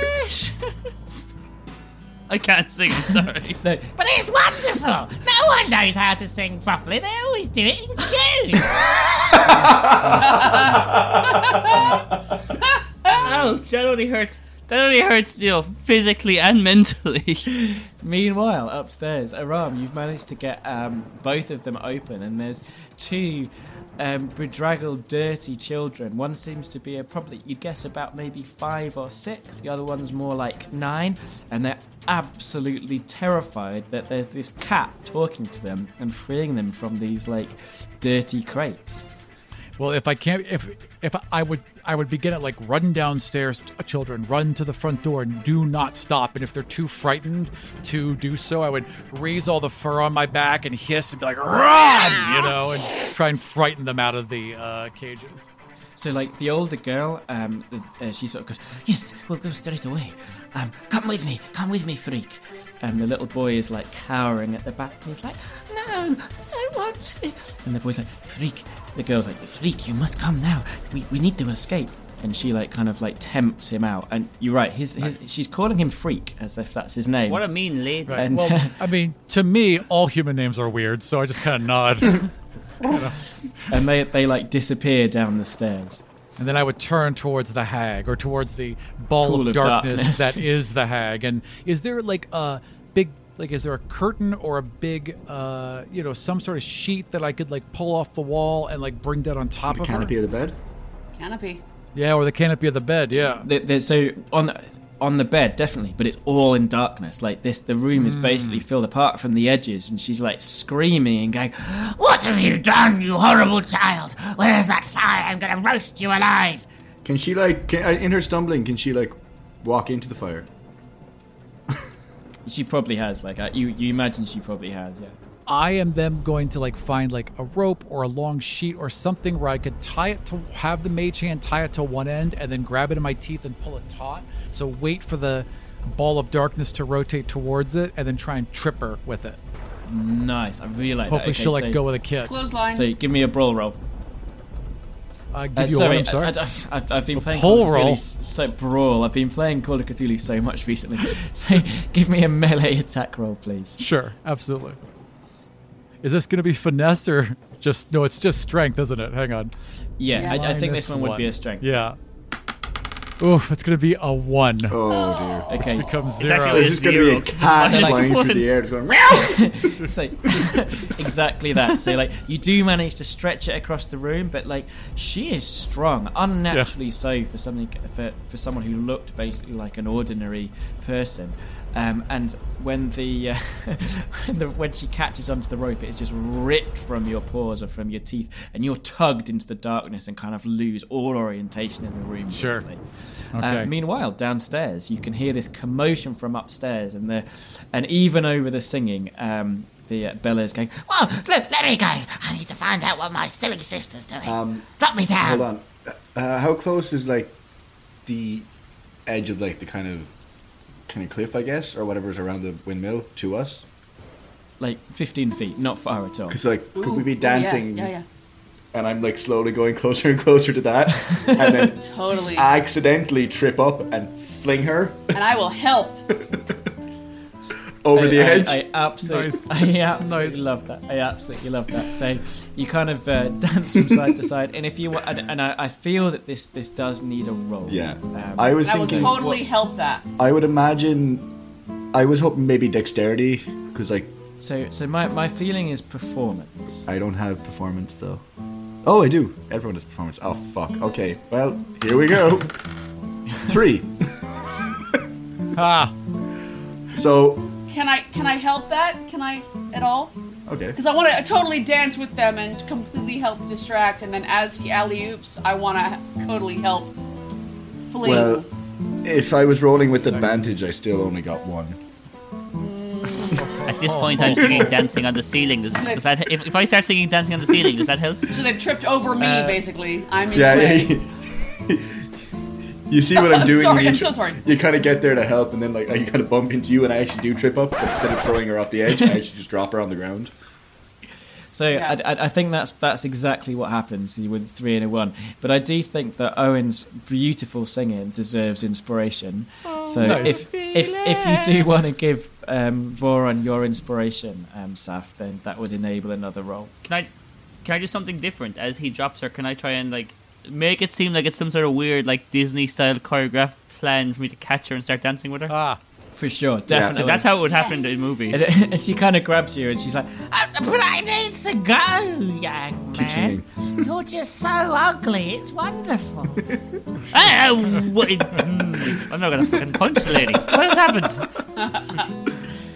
Speaker 2: I can't sing. Sorry.
Speaker 4: No,
Speaker 7: But it's wonderful! No one knows how to sing properly, they always do it in tune!
Speaker 2: Ouch! Oh, That only hurts. That only hurts you know, physically and mentally.
Speaker 4: Meanwhile, upstairs, Aram, you've managed to get um, both of them open, and there's two um, bedraggled, dirty children. One seems to be a probably you'd guess about maybe five or six. The other one's more like nine, and they're absolutely terrified that there's this cat talking to them and freeing them from these like dirty crates.
Speaker 3: Well, if I can't, if if I would, I would begin at like run downstairs, t- children, run to the front door and do not stop. And if they're too frightened to do so, I would raise all the fur on my back and hiss and be like, run, you know, and try and frighten them out of the uh, cages.
Speaker 4: So, like, the older girl, um, uh, she sort of goes, Yes, we'll go straight away. Um, come with me, come with me, freak. And the little boy is, like, cowering at the back, and he's like,
Speaker 7: No, no, I don't want to.
Speaker 4: And the boy's like, Freak. The girl's like, Freak, you must come now. We, we need to escape. And she like kind of like tempts him out. And you're right. His, his she's calling him Freak as if that's his name.
Speaker 2: What a mean lady.
Speaker 4: and
Speaker 3: Well, I mean, to me, all human names are weird, so I just kind of nod. and
Speaker 4: and they they like disappear down the stairs.
Speaker 3: then I would turn towards the hag or towards the ball
Speaker 4: Pool
Speaker 3: of,
Speaker 4: of
Speaker 3: darkness,
Speaker 4: darkness.
Speaker 3: that is the hag. And is there like a big, like, is there a curtain or a big, uh, you know, some sort of sheet that I could like pull off the wall and like bring that on top
Speaker 5: The
Speaker 3: of her?
Speaker 5: canopy of the bed.
Speaker 6: Canopy.
Speaker 3: Yeah, or the canopy of the bed. Yeah.
Speaker 4: There- there's- so on on the bed definitely, but it's all in darkness. Like this, the room is basically
Speaker 3: Hmm.
Speaker 4: filled apart from the edges, and she's like screaming and going,
Speaker 7: What have you done, you horrible child? Where is that fire? I'm gonna roast you alive.
Speaker 5: Can she like can, uh, in her stumbling? Can she like walk into the fire?
Speaker 4: She probably has like uh, you. You imagine she probably has, yeah.
Speaker 3: I am then going to like find like a rope or a long sheet or something where I could tie it to have the mage hand tie it to one end and then grab it in my teeth and pull it taut. So wait for the ball of darkness to rotate towards it and then try and trip her with it.
Speaker 4: Nice. I really like.
Speaker 3: Hopefully
Speaker 4: that. Okay,
Speaker 3: she'll like
Speaker 4: so,
Speaker 3: go with a kick.
Speaker 6: Clothesline.
Speaker 4: So give me a brawl roll.
Speaker 3: Uh, give
Speaker 4: Uh,
Speaker 3: you
Speaker 4: sorry,
Speaker 3: one, I'm sorry.
Speaker 4: I, have I've been playing
Speaker 3: poll
Speaker 4: Call of Cthulhu
Speaker 3: roll?
Speaker 4: s- So brawl. I've been playing Call of Cthulhu so much recently. So give me a melee attack roll, please.
Speaker 3: sure, absolutely. Is this going to be finesse or just no? It's just strength, isn't it? Hang on.
Speaker 4: Yeah,
Speaker 6: Yeah.
Speaker 4: I, I think this
Speaker 3: Minus
Speaker 4: one would be a strength.
Speaker 3: Yeah. Oof, it's going to be a one.
Speaker 5: Oh dear.
Speaker 4: Okay.
Speaker 3: Becomes
Speaker 2: Oh, It's actually
Speaker 5: This
Speaker 2: a
Speaker 3: zero.
Speaker 5: is going to be
Speaker 2: zero,
Speaker 5: a
Speaker 2: 'cause it's
Speaker 5: cat
Speaker 4: minus
Speaker 5: flying
Speaker 2: one.
Speaker 5: through the air, just going meow.
Speaker 4: So exactly that. So like you do manage to stretch it across the room, but like she is strong, unnaturally so for something for, for someone who looked basically like an ordinary person. Um, and when the, uh, when the when she catches onto the rope, it is just ripped from your paws or from your teeth, and you're tugged into the darkness and kind of lose all orientation in the room.
Speaker 3: Sure.
Speaker 4: briefly.
Speaker 3: Okay.
Speaker 4: Uh, meanwhile, downstairs, you can hear this commotion from upstairs, and the and even over the singing, um, the uh, Bella is going.
Speaker 7: Whoa, let, let me go. I need to find out what my silly sister's doing.
Speaker 5: Um,
Speaker 7: Drop me down.
Speaker 5: Hold on. Uh, how close is like the edge of like the kind of kind of cliff, I guess, or whatever's around the windmill to us?
Speaker 4: like 15 feet, not far at all.
Speaker 5: Because like, could
Speaker 6: Ooh,
Speaker 5: we be
Speaker 6: ooh, yeah,
Speaker 5: dancing?
Speaker 6: Yeah, yeah.
Speaker 5: And I'm like slowly going closer and closer to that, and then
Speaker 6: Totally.
Speaker 5: accidentally trip up and fling her
Speaker 6: and I will help.
Speaker 5: over the
Speaker 4: I,
Speaker 5: edge.
Speaker 4: I, I absolutely,
Speaker 3: Nice.
Speaker 4: I absolutely
Speaker 3: Nice.
Speaker 4: love that. I absolutely love that. So you kind of uh, dance from side to side, and if you want, and, and I, I feel that this this does need a roll.
Speaker 5: yeah,
Speaker 4: Um,
Speaker 5: I was
Speaker 6: I will
Speaker 5: thinking.
Speaker 6: totally help that.
Speaker 5: I would imagine. I was hoping maybe dexterity, because like
Speaker 4: So so my, my feeling is performance.
Speaker 5: I don't have performance though. Oh, I do. Everyone has performance. Oh fuck. Okay. Well, here we go. Three.
Speaker 3: Ah,
Speaker 5: So
Speaker 6: Can I can I help that? Can I at all?
Speaker 5: okay.
Speaker 6: Because I want to totally dance with them and completely help distract, and then as he alley oops, I want to totally help fling.
Speaker 5: Well, if I was rolling with advantage, I still only got one.
Speaker 2: At this point, I'm
Speaker 5: Oh.
Speaker 2: singing Dancing on the Ceiling. Does, does that, if, if I start singing Dancing on the Ceiling, does that help?
Speaker 7: Uh,
Speaker 6: so they've tripped over me, basically. I'm in
Speaker 5: uh, Yeah.
Speaker 6: the way.
Speaker 5: yeah. you see what I'm
Speaker 6: I'm
Speaker 5: doing? when
Speaker 6: sorry,
Speaker 5: you
Speaker 6: I'm so sorry.
Speaker 5: You kind of get there to help, and then like I kind of bump into you, and I actually do trip up. But instead of throwing her off the edge, I actually just drop her on the ground.
Speaker 4: So
Speaker 6: Yeah.
Speaker 4: I, I, I think that's that's exactly what happens because you were the three and a one. But I do think that Owen's beautiful singing deserves inspiration. so
Speaker 3: Nice.
Speaker 4: if if if you do want to give um, Voron your inspiration, um, Saf, then that would enable another role.
Speaker 2: Can I, can I do something different? As he drops her, can I try and, like, make it seem like it's some sort of weird, like, Disney style choreographed plan for me to catch her and start dancing with her?
Speaker 3: ah.
Speaker 4: For sure, definitely.
Speaker 2: 'Cause that's how it would happen in movies.
Speaker 4: and, and she kind of grabs you and she's like,
Speaker 7: Uh, but I need to go, young man. You're just so ugly. It's wonderful.
Speaker 2: Ah, what, mm, I'm not gonna fucking punch the lady. What has happened?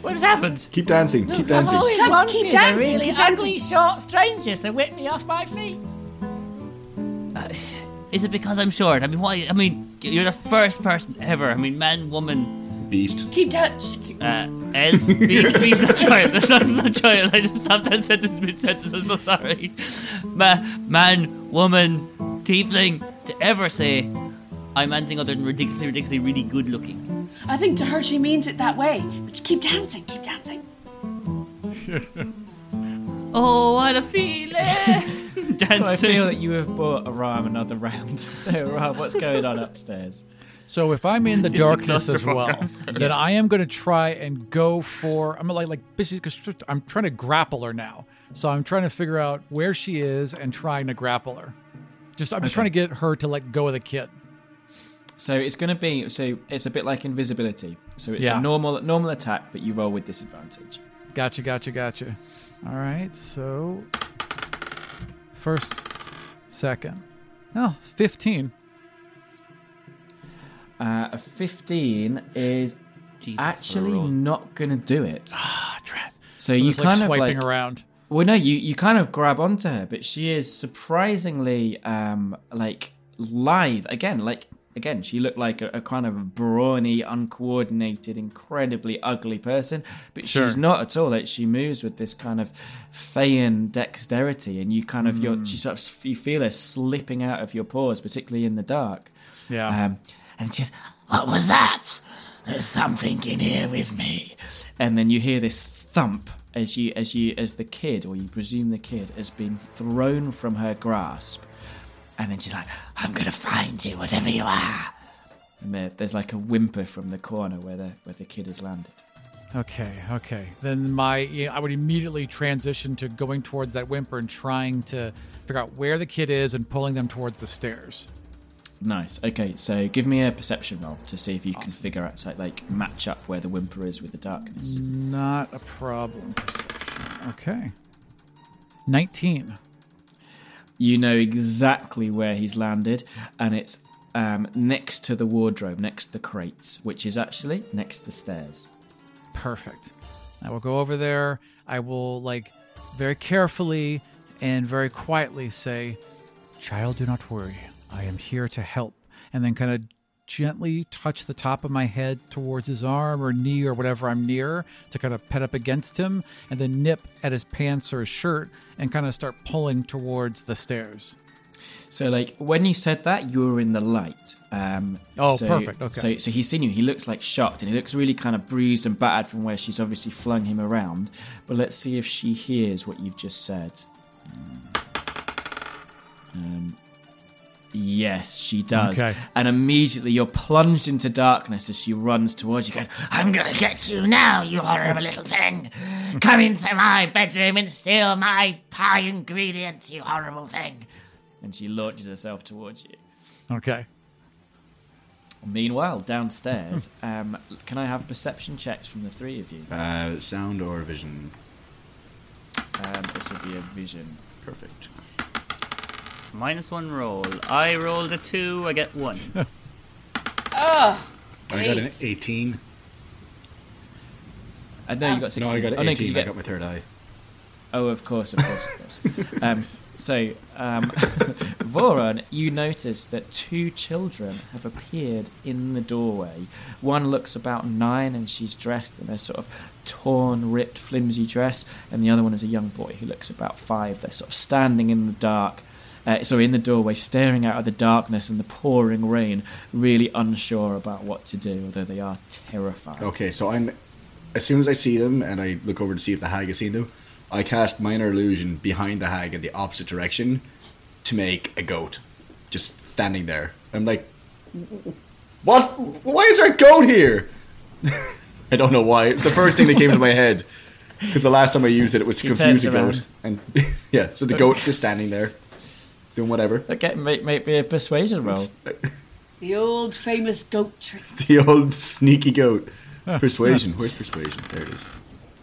Speaker 2: What has happened?
Speaker 5: Keep dancing. Keep
Speaker 7: I've
Speaker 5: dancing.
Speaker 7: always
Speaker 6: Keep
Speaker 7: wanted a
Speaker 6: dancing,
Speaker 7: really
Speaker 6: keep dancing.
Speaker 7: ugly, short stranger to whip me off my feet.
Speaker 2: Is it because I'm short? I mean, why? I mean, you're the first person ever. I mean, man, woman,
Speaker 5: Beast.
Speaker 6: Keep dancing.
Speaker 2: uh, elf, beast, beast, not child. That's not, that's not child. I just stopped that sentence mid sentence. I'm so sorry. Ma- man, woman, tiefling, to ever say I'm anything other than ridiculously, ridiculously, really good looking.
Speaker 6: I think to her she means it that way. But keep dancing, keep dancing.
Speaker 2: Oh, what a feeling!
Speaker 4: So "Oh, I feel
Speaker 2: Dancing.
Speaker 4: that you have brought Aram another round. So Aram, what's going on upstairs?
Speaker 3: So if I'm in the
Speaker 2: a
Speaker 3: darkness as
Speaker 2: clusterfuck
Speaker 3: well,
Speaker 2: downstairs.
Speaker 3: then I am going to try and go for. I'm like like basically 'cause I'm trying to grapple her now. So I'm trying to figure out where she is and trying to grapple her. Just I'm just trying to get her to let go of the kid.
Speaker 4: So it's going to be so it's a bit like invisibility. So it's
Speaker 3: Yeah.
Speaker 4: a normal normal attack, but you roll with disadvantage.
Speaker 3: Gotcha, gotcha, gotcha. All right, so first, second. Oh, 15.
Speaker 4: Uh, a fifteen is
Speaker 2: Jesus, what a
Speaker 4: actually
Speaker 2: roll.
Speaker 4: not going to do it.
Speaker 3: Ah, trap.
Speaker 4: So you
Speaker 3: It's like
Speaker 4: kind of
Speaker 3: swiping
Speaker 4: like
Speaker 3: around.
Speaker 4: well, no, you you kind of grab onto her, but she is surprisingly um like lithe again. Like again, she looked like a, a kind of brawny, uncoordinated, incredibly ugly person, but she's not at all. Like she moves with this kind of Feyan dexterity, and you kind of
Speaker 3: Hmm.
Speaker 4: you're, she sort of you feel her slipping out of your paws, particularly in the dark.
Speaker 3: Yeah.
Speaker 4: Um, and she says, What was that? There's something in here with me. And then you hear this thump as you as you as the kid, or you presume the kid, has been thrown from her grasp. And then she's like, I'm gonna find you, whatever you are. And there, there's like a whimper from the corner where the where the kid has landed.
Speaker 3: Okay, okay. Then my yeah, I would immediately transition to going towards that whimper and trying to figure out where the kid is and pulling them towards the stairs.
Speaker 4: Nice. Okay, so give me a perception roll to see if you can figure out so, like match up where the whimper is with the darkness.
Speaker 3: Not a problem. Perception. Okay. 19.
Speaker 4: you know exactly where he's landed, and it's um, next to the wardrobe, next to the crates, which is actually next to the stairs.
Speaker 3: Perfect. I will go over there. I will, like, very carefully and very quietly say, Child, do not worry. I am here to help. And then kind of gently touch the top of my head towards his arm or knee or whatever I'm near to kind of pet up against him and then nip at his pants or his shirt and kind of start pulling towards the stairs.
Speaker 4: So, like when you said that, you were in the light. Um,
Speaker 3: Oh,
Speaker 4: so,
Speaker 3: perfect, okay.
Speaker 4: So, so he's seen you. He looks like shocked, and he looks really kind of bruised and battered from where she's obviously flung him around. But let's see if she hears what you've just said. Mm. Um, yes, she does.
Speaker 3: Okay.
Speaker 4: And immediately you're plunged into darkness as she runs towards you, going,
Speaker 7: I'm gonna get you now, you horrible little thing. Come into my bedroom and steal my pie ingredients, you horrible thing.
Speaker 4: and she launches herself towards you.
Speaker 3: Okay.
Speaker 4: Meanwhile, downstairs, um, can I have perception checks from the three of you?
Speaker 5: Uh, sound or vision?
Speaker 4: Um, this will be a vision.
Speaker 5: Perfect.
Speaker 2: Minus one roll. I rolled a two. I get one.
Speaker 6: Oh,
Speaker 5: I got an
Speaker 6: Great.
Speaker 5: 18.
Speaker 4: Uh, no, you got
Speaker 5: No,
Speaker 4: 16.
Speaker 5: I got
Speaker 4: oh,
Speaker 5: an
Speaker 4: no, 'cause
Speaker 5: 18.
Speaker 4: you
Speaker 5: I
Speaker 4: get...
Speaker 5: got my third eye.
Speaker 4: oh, of course, of course, of course. um, so, um, Voron, you notice that two children have appeared in the doorway. One looks about nine and she's dressed in a sort of torn, ripped, flimsy dress, and the other one is a young boy who looks about five. They're sort of standing in the dark. Uh, sorry, in the doorway, staring out at the darkness and the pouring rain, really unsure about what to do, although they are terrified.
Speaker 5: Okay, so I'm. As soon as I see them and I look over to see if the hag has seen them, I cast minor illusion behind the hag in the opposite direction to make a goat just standing there. I'm like, what? Why is there a goat here? I don't know why. It's the first thing that came to my head because the last time I used it, it was to
Speaker 4: He
Speaker 5: confuse
Speaker 4: turns
Speaker 5: a goat. And yeah, so the goat's just standing there doing whatever.
Speaker 4: Okay, make, make me a persuasion roll.
Speaker 6: the old famous goat trick.
Speaker 5: The old sneaky goat. Persuasion. Where's persuasion? There it is.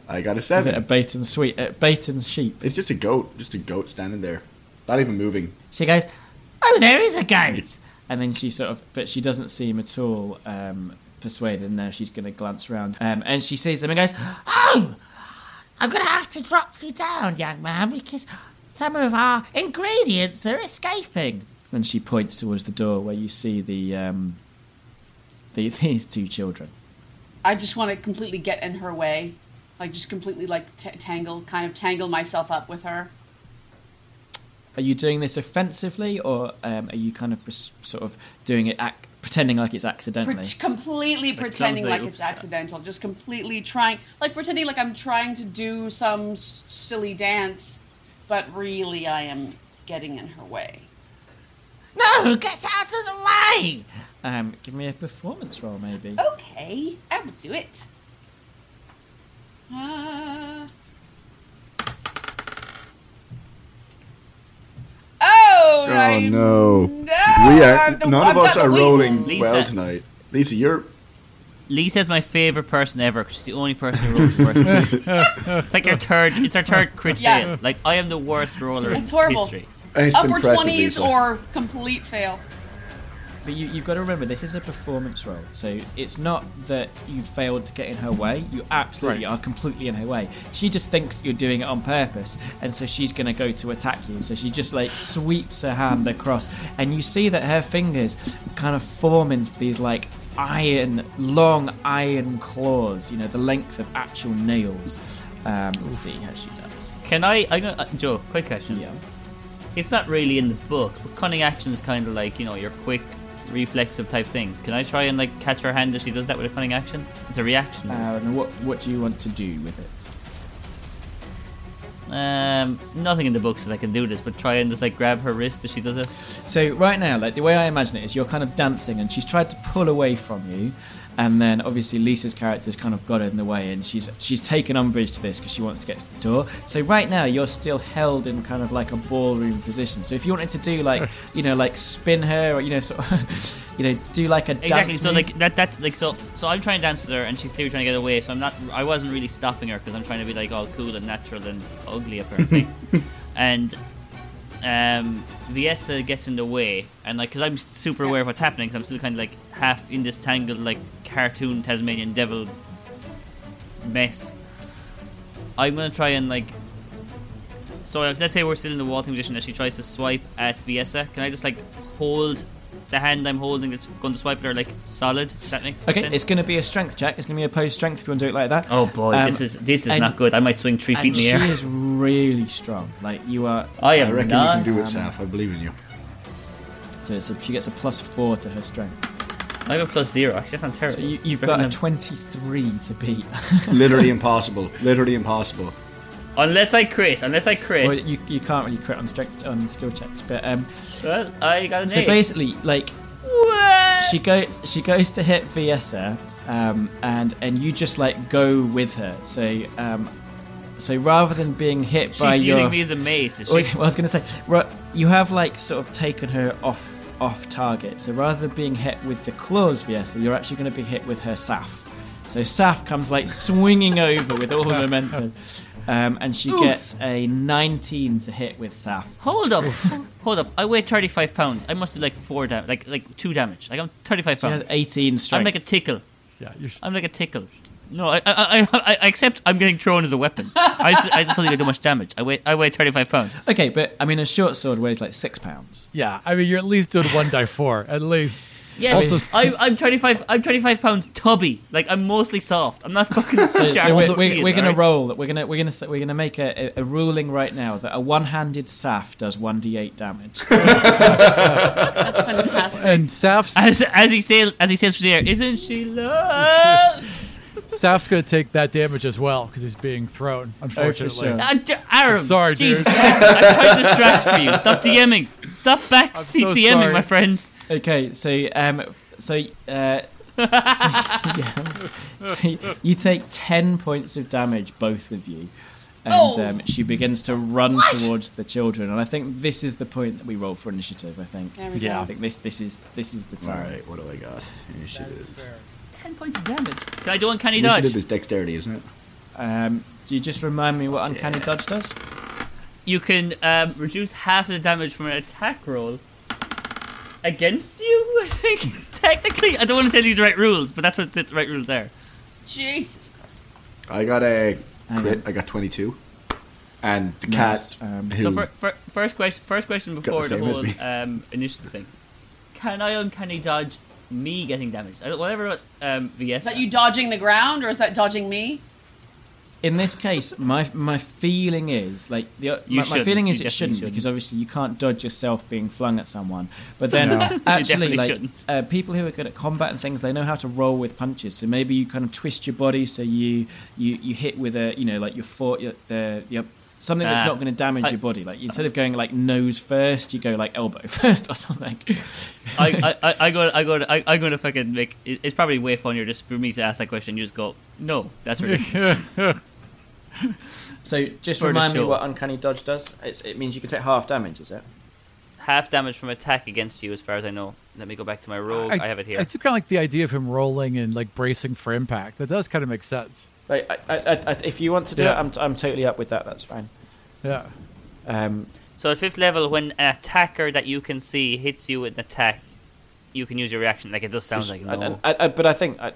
Speaker 5: I got a
Speaker 4: Is it a
Speaker 5: seven.
Speaker 4: bait and sweet, uh, bait and sheep?
Speaker 5: It's just a goat, just a goat standing there, not even moving.
Speaker 4: She goes, "Oh, there is a goat," and then she sort of, but she doesn't seem at all um, persuaded. And now she's going to glance around, um, and she sees them and goes,
Speaker 7: Oh, I'm gonna have to drop you down, young man, because some of our ingredients are escaping.
Speaker 4: and she points towards the door where you see the, um, the these two children.
Speaker 6: I just want to completely get in her way, like just completely like t- tangle, kind of tangle myself up with her.
Speaker 4: Are you doing this offensively, or um, are you kind of pres- sort of doing it ac- pretending like it's accidentally.
Speaker 6: Pret- completely pretending
Speaker 2: clumsy,
Speaker 6: like
Speaker 2: oops.
Speaker 6: it's accidental. Just completely trying, like pretending like I'm trying to do some s- silly dance, but really I am getting in her way.
Speaker 7: No, get out of the way!
Speaker 4: Um, give me a performance roll, maybe.
Speaker 6: Okay, I will do it. Uh... Oh,
Speaker 5: Oh
Speaker 6: I-
Speaker 5: no.
Speaker 6: No,
Speaker 5: we are
Speaker 6: I'm the-
Speaker 5: none
Speaker 6: I've
Speaker 5: of us
Speaker 6: got
Speaker 5: are
Speaker 6: the
Speaker 5: rolling
Speaker 6: weakness.
Speaker 5: well
Speaker 2: Lisa.
Speaker 5: tonight. Lisa, you're
Speaker 2: Lisa's my favorite person ever. 'cause She's the only person who rolls the worst. it's like your third. It's our third crit
Speaker 6: Yeah.
Speaker 2: fail. Like I am the worst roller in
Speaker 6: It's horrible.
Speaker 2: history.
Speaker 5: it's
Speaker 6: upper
Speaker 5: impressive,
Speaker 6: twenties
Speaker 5: Lisa.
Speaker 6: or complete fail.
Speaker 4: But you, you've got to remember, this is a performance role, so it's not that you failed to get in her way. You absolutely
Speaker 3: Right.
Speaker 4: are completely in her way. She just thinks you're doing it on purpose, and so she's going to go to attack you. So she just like sweeps her hand across, and you see that her fingers kind of form into these like iron, long iron claws. You know, the length of actual nails. Um, we'll see how she does.
Speaker 2: Can I? I know, uh, Joe. Quick question.
Speaker 4: Yeah.
Speaker 2: It's not really in the book, but cunning action is kind of like you know your quick, reflexive type thing. Can I try and like catch her hand as she does that with a cunning action? It's a reaction.
Speaker 4: Uh, and what what do you want to do with it?
Speaker 2: Um, nothing in the book says I can do this, but try and just like grab her wrist as she does it.
Speaker 4: So right now, like the way I imagine it is, you're kind of dancing, and she's tried to pull away from you, and then obviously Lisa's character's kind of got in the way, and she's she's taken umbrage to this because she wants to get to the door. So right now, you're still held in kind of like a ballroom position. So if you wanted to do like you know like spin her, or you know sort of, you know do like a
Speaker 2: Exactly.
Speaker 4: dance
Speaker 2: So
Speaker 4: move.
Speaker 2: like that. That's like so. So I'm trying to dance with her, and she's clearly trying to get away. So I'm not. I wasn't really stopping her because I'm trying to be like all cool and natural and ugly apparently. and um, Viesa gets in the way, and like because I'm super aware of what's happening, because I'm still kind of like half in this tangled like cartoon Tasmanian devil mess. I'm gonna try and like. So like, let's say we're still in the waltzing position as she tries to swipe at Viesa. Can I just like hold the hand I'm holding that's going to swipe at her like solid? If that makes
Speaker 4: okay,
Speaker 2: sense.
Speaker 4: it's going to be a strength check. It's going to be a post strength if you want to do it like that.
Speaker 2: oh boy,
Speaker 4: Um,
Speaker 2: this is this is
Speaker 4: and-
Speaker 2: not good. I might swing three
Speaker 4: And
Speaker 2: feet in the
Speaker 4: she
Speaker 2: air.
Speaker 4: is really strong. Like you are.
Speaker 2: I
Speaker 5: I
Speaker 2: am
Speaker 5: reckon
Speaker 2: not.
Speaker 5: you can do it, Saf. I believe in you.
Speaker 4: So, so she gets a plus four to her strength.
Speaker 2: I have a plus zero. Actually, that sounds terrible.
Speaker 4: So you, you've
Speaker 2: Reckon
Speaker 4: got a
Speaker 2: I'm-
Speaker 4: 23 to beat.
Speaker 5: Literally impossible. Literally impossible.
Speaker 2: unless I crit. Unless I crit.
Speaker 4: well, you, you can't really crit on strength on skill checks, but um,
Speaker 2: Well, I got an
Speaker 4: so
Speaker 2: eight.
Speaker 4: basically, like she go she goes to hit Viesa, um, and and you just like go with her. So um, so rather than being hit by
Speaker 2: She's using
Speaker 4: your
Speaker 2: me as a mace. Is she?
Speaker 4: Well, I was going to say, ru- you have like sort of taken her off off target. So rather than being hit with the claws, Viesa, you're actually going to be hit with her Saf. So Saf comes like swinging over with all the momentum, um, and she gets a 19 to hit with Saf.
Speaker 2: Hold up, hold up. I weigh thirty-five pounds. I must do like four damage, like like two damage. Like I'm thirty-five
Speaker 4: She has
Speaker 2: pounds.
Speaker 4: 18 strength.
Speaker 2: I'm like a tickle.
Speaker 3: Yeah, you're,
Speaker 2: I'm like a tickle. No, I I, I, I- I accept I'm getting thrown as a weapon. I just, I just don't think I do much damage. I weigh I weigh thirty-five pounds.
Speaker 4: okay, but I mean, a short sword weighs like six pounds.
Speaker 3: yeah. I mean, you're at least doing one die four, at least.
Speaker 2: Yes,
Speaker 3: Also-
Speaker 2: I, I'm thirty-five. I'm thirty-five pounds tubby. Like I'm mostly soft. I'm not fucking
Speaker 4: So,
Speaker 2: sharp.
Speaker 4: so we're,
Speaker 2: as
Speaker 4: we're,
Speaker 2: steel,
Speaker 4: we're going
Speaker 2: alright?
Speaker 4: to roll. We're going to we're going to we're going to make a, a, a ruling right now that a one-handed Saf does 1d8 damage.
Speaker 6: That's fantastic.
Speaker 3: And Saf's
Speaker 2: As, as he sails as he sails through the air, isn't she love?
Speaker 3: Saf's gonna take that damage as well because he's being thrown. Unfortunately,
Speaker 4: sure.
Speaker 2: Uh, d- Aram,
Speaker 3: Sorry, dude.
Speaker 2: Jesus Christ, I'm trying to distract for you. Stop DMing. Stop backseat
Speaker 3: so
Speaker 2: DMing,
Speaker 3: sorry.
Speaker 2: my friend.
Speaker 4: Okay, so um, f- so uh, so, yeah. so you take ten points of damage, both of you, and
Speaker 6: Oh.
Speaker 4: um, she begins to run towards the children. And I think this is the point that we roll for initiative. I think.
Speaker 6: There we Yeah. go.
Speaker 4: I think this this is this is the
Speaker 5: All
Speaker 4: time.
Speaker 5: right, what do I got? Initiative.
Speaker 2: Ten points of damage. Can I do uncanny dodge?
Speaker 5: Initiative is dexterity, isn't it?
Speaker 4: Um, do you just remind me what uncanny dodge does?
Speaker 2: You can um, reduce half of the damage from an attack roll against you. I think technically, I don't want to tell you the right rules, but that's what the right rules are.
Speaker 6: Jesus Christ.
Speaker 5: I got a
Speaker 4: Hang
Speaker 5: crit. I got twenty-two, and the
Speaker 4: Nice,
Speaker 5: cat
Speaker 4: um,
Speaker 5: who
Speaker 2: So fir- fir- first question, first question before the,
Speaker 5: same as
Speaker 2: whole
Speaker 5: me.
Speaker 2: um, initiative thing. Can I uncanny dodge me getting damaged? I don't- Whatever. Um, VS.
Speaker 6: Is that you dodging the ground or is that dodging me?
Speaker 4: in this case, my my feeling is like the,
Speaker 2: You
Speaker 4: my, my
Speaker 2: shouldn't.
Speaker 4: feeling
Speaker 2: You
Speaker 4: is
Speaker 2: definitely
Speaker 4: it shouldn't,
Speaker 2: shouldn't.
Speaker 4: because obviously you can't dodge yourself being flung at someone. But then
Speaker 2: No. You
Speaker 4: actually,
Speaker 2: definitely
Speaker 4: like
Speaker 2: shouldn't.
Speaker 4: uh, people who are good at combat and things, they know how to roll with punches. So maybe you kind of twist your body so you you, you hit with a you know like your foot your, the your, something that's
Speaker 2: Ah.
Speaker 4: not going to damage
Speaker 2: I-
Speaker 4: your body. Like instead of going like nose first, you go like elbow first or something.
Speaker 2: I, I, I, I go, I go, I, I'm gonna fucking make. it- It's probably way funnier just for me to ask that question. You just go, no, that's ridiculous.
Speaker 4: So just
Speaker 2: For the
Speaker 4: remind me
Speaker 2: show.
Speaker 4: what uncanny dodge does. It's, it means you can take half damage, is it?
Speaker 2: Half damage from attack against you, as far as I know. Let me go back to my rogue. I, have it here.
Speaker 3: I do kind of like the idea of him rolling and like bracing for impact. That does kind of make sense.
Speaker 4: Like, I, I, I, I- if you want to do
Speaker 3: Yeah.
Speaker 4: it, I'm, I'm totally up with that. That's fine.
Speaker 3: Yeah.
Speaker 4: Um,
Speaker 2: So at fifth level, when an attacker that you can see hits you with an attack, you can use your reaction. Like it does sound like
Speaker 4: I-
Speaker 2: no.
Speaker 4: I, I, but I think, I, I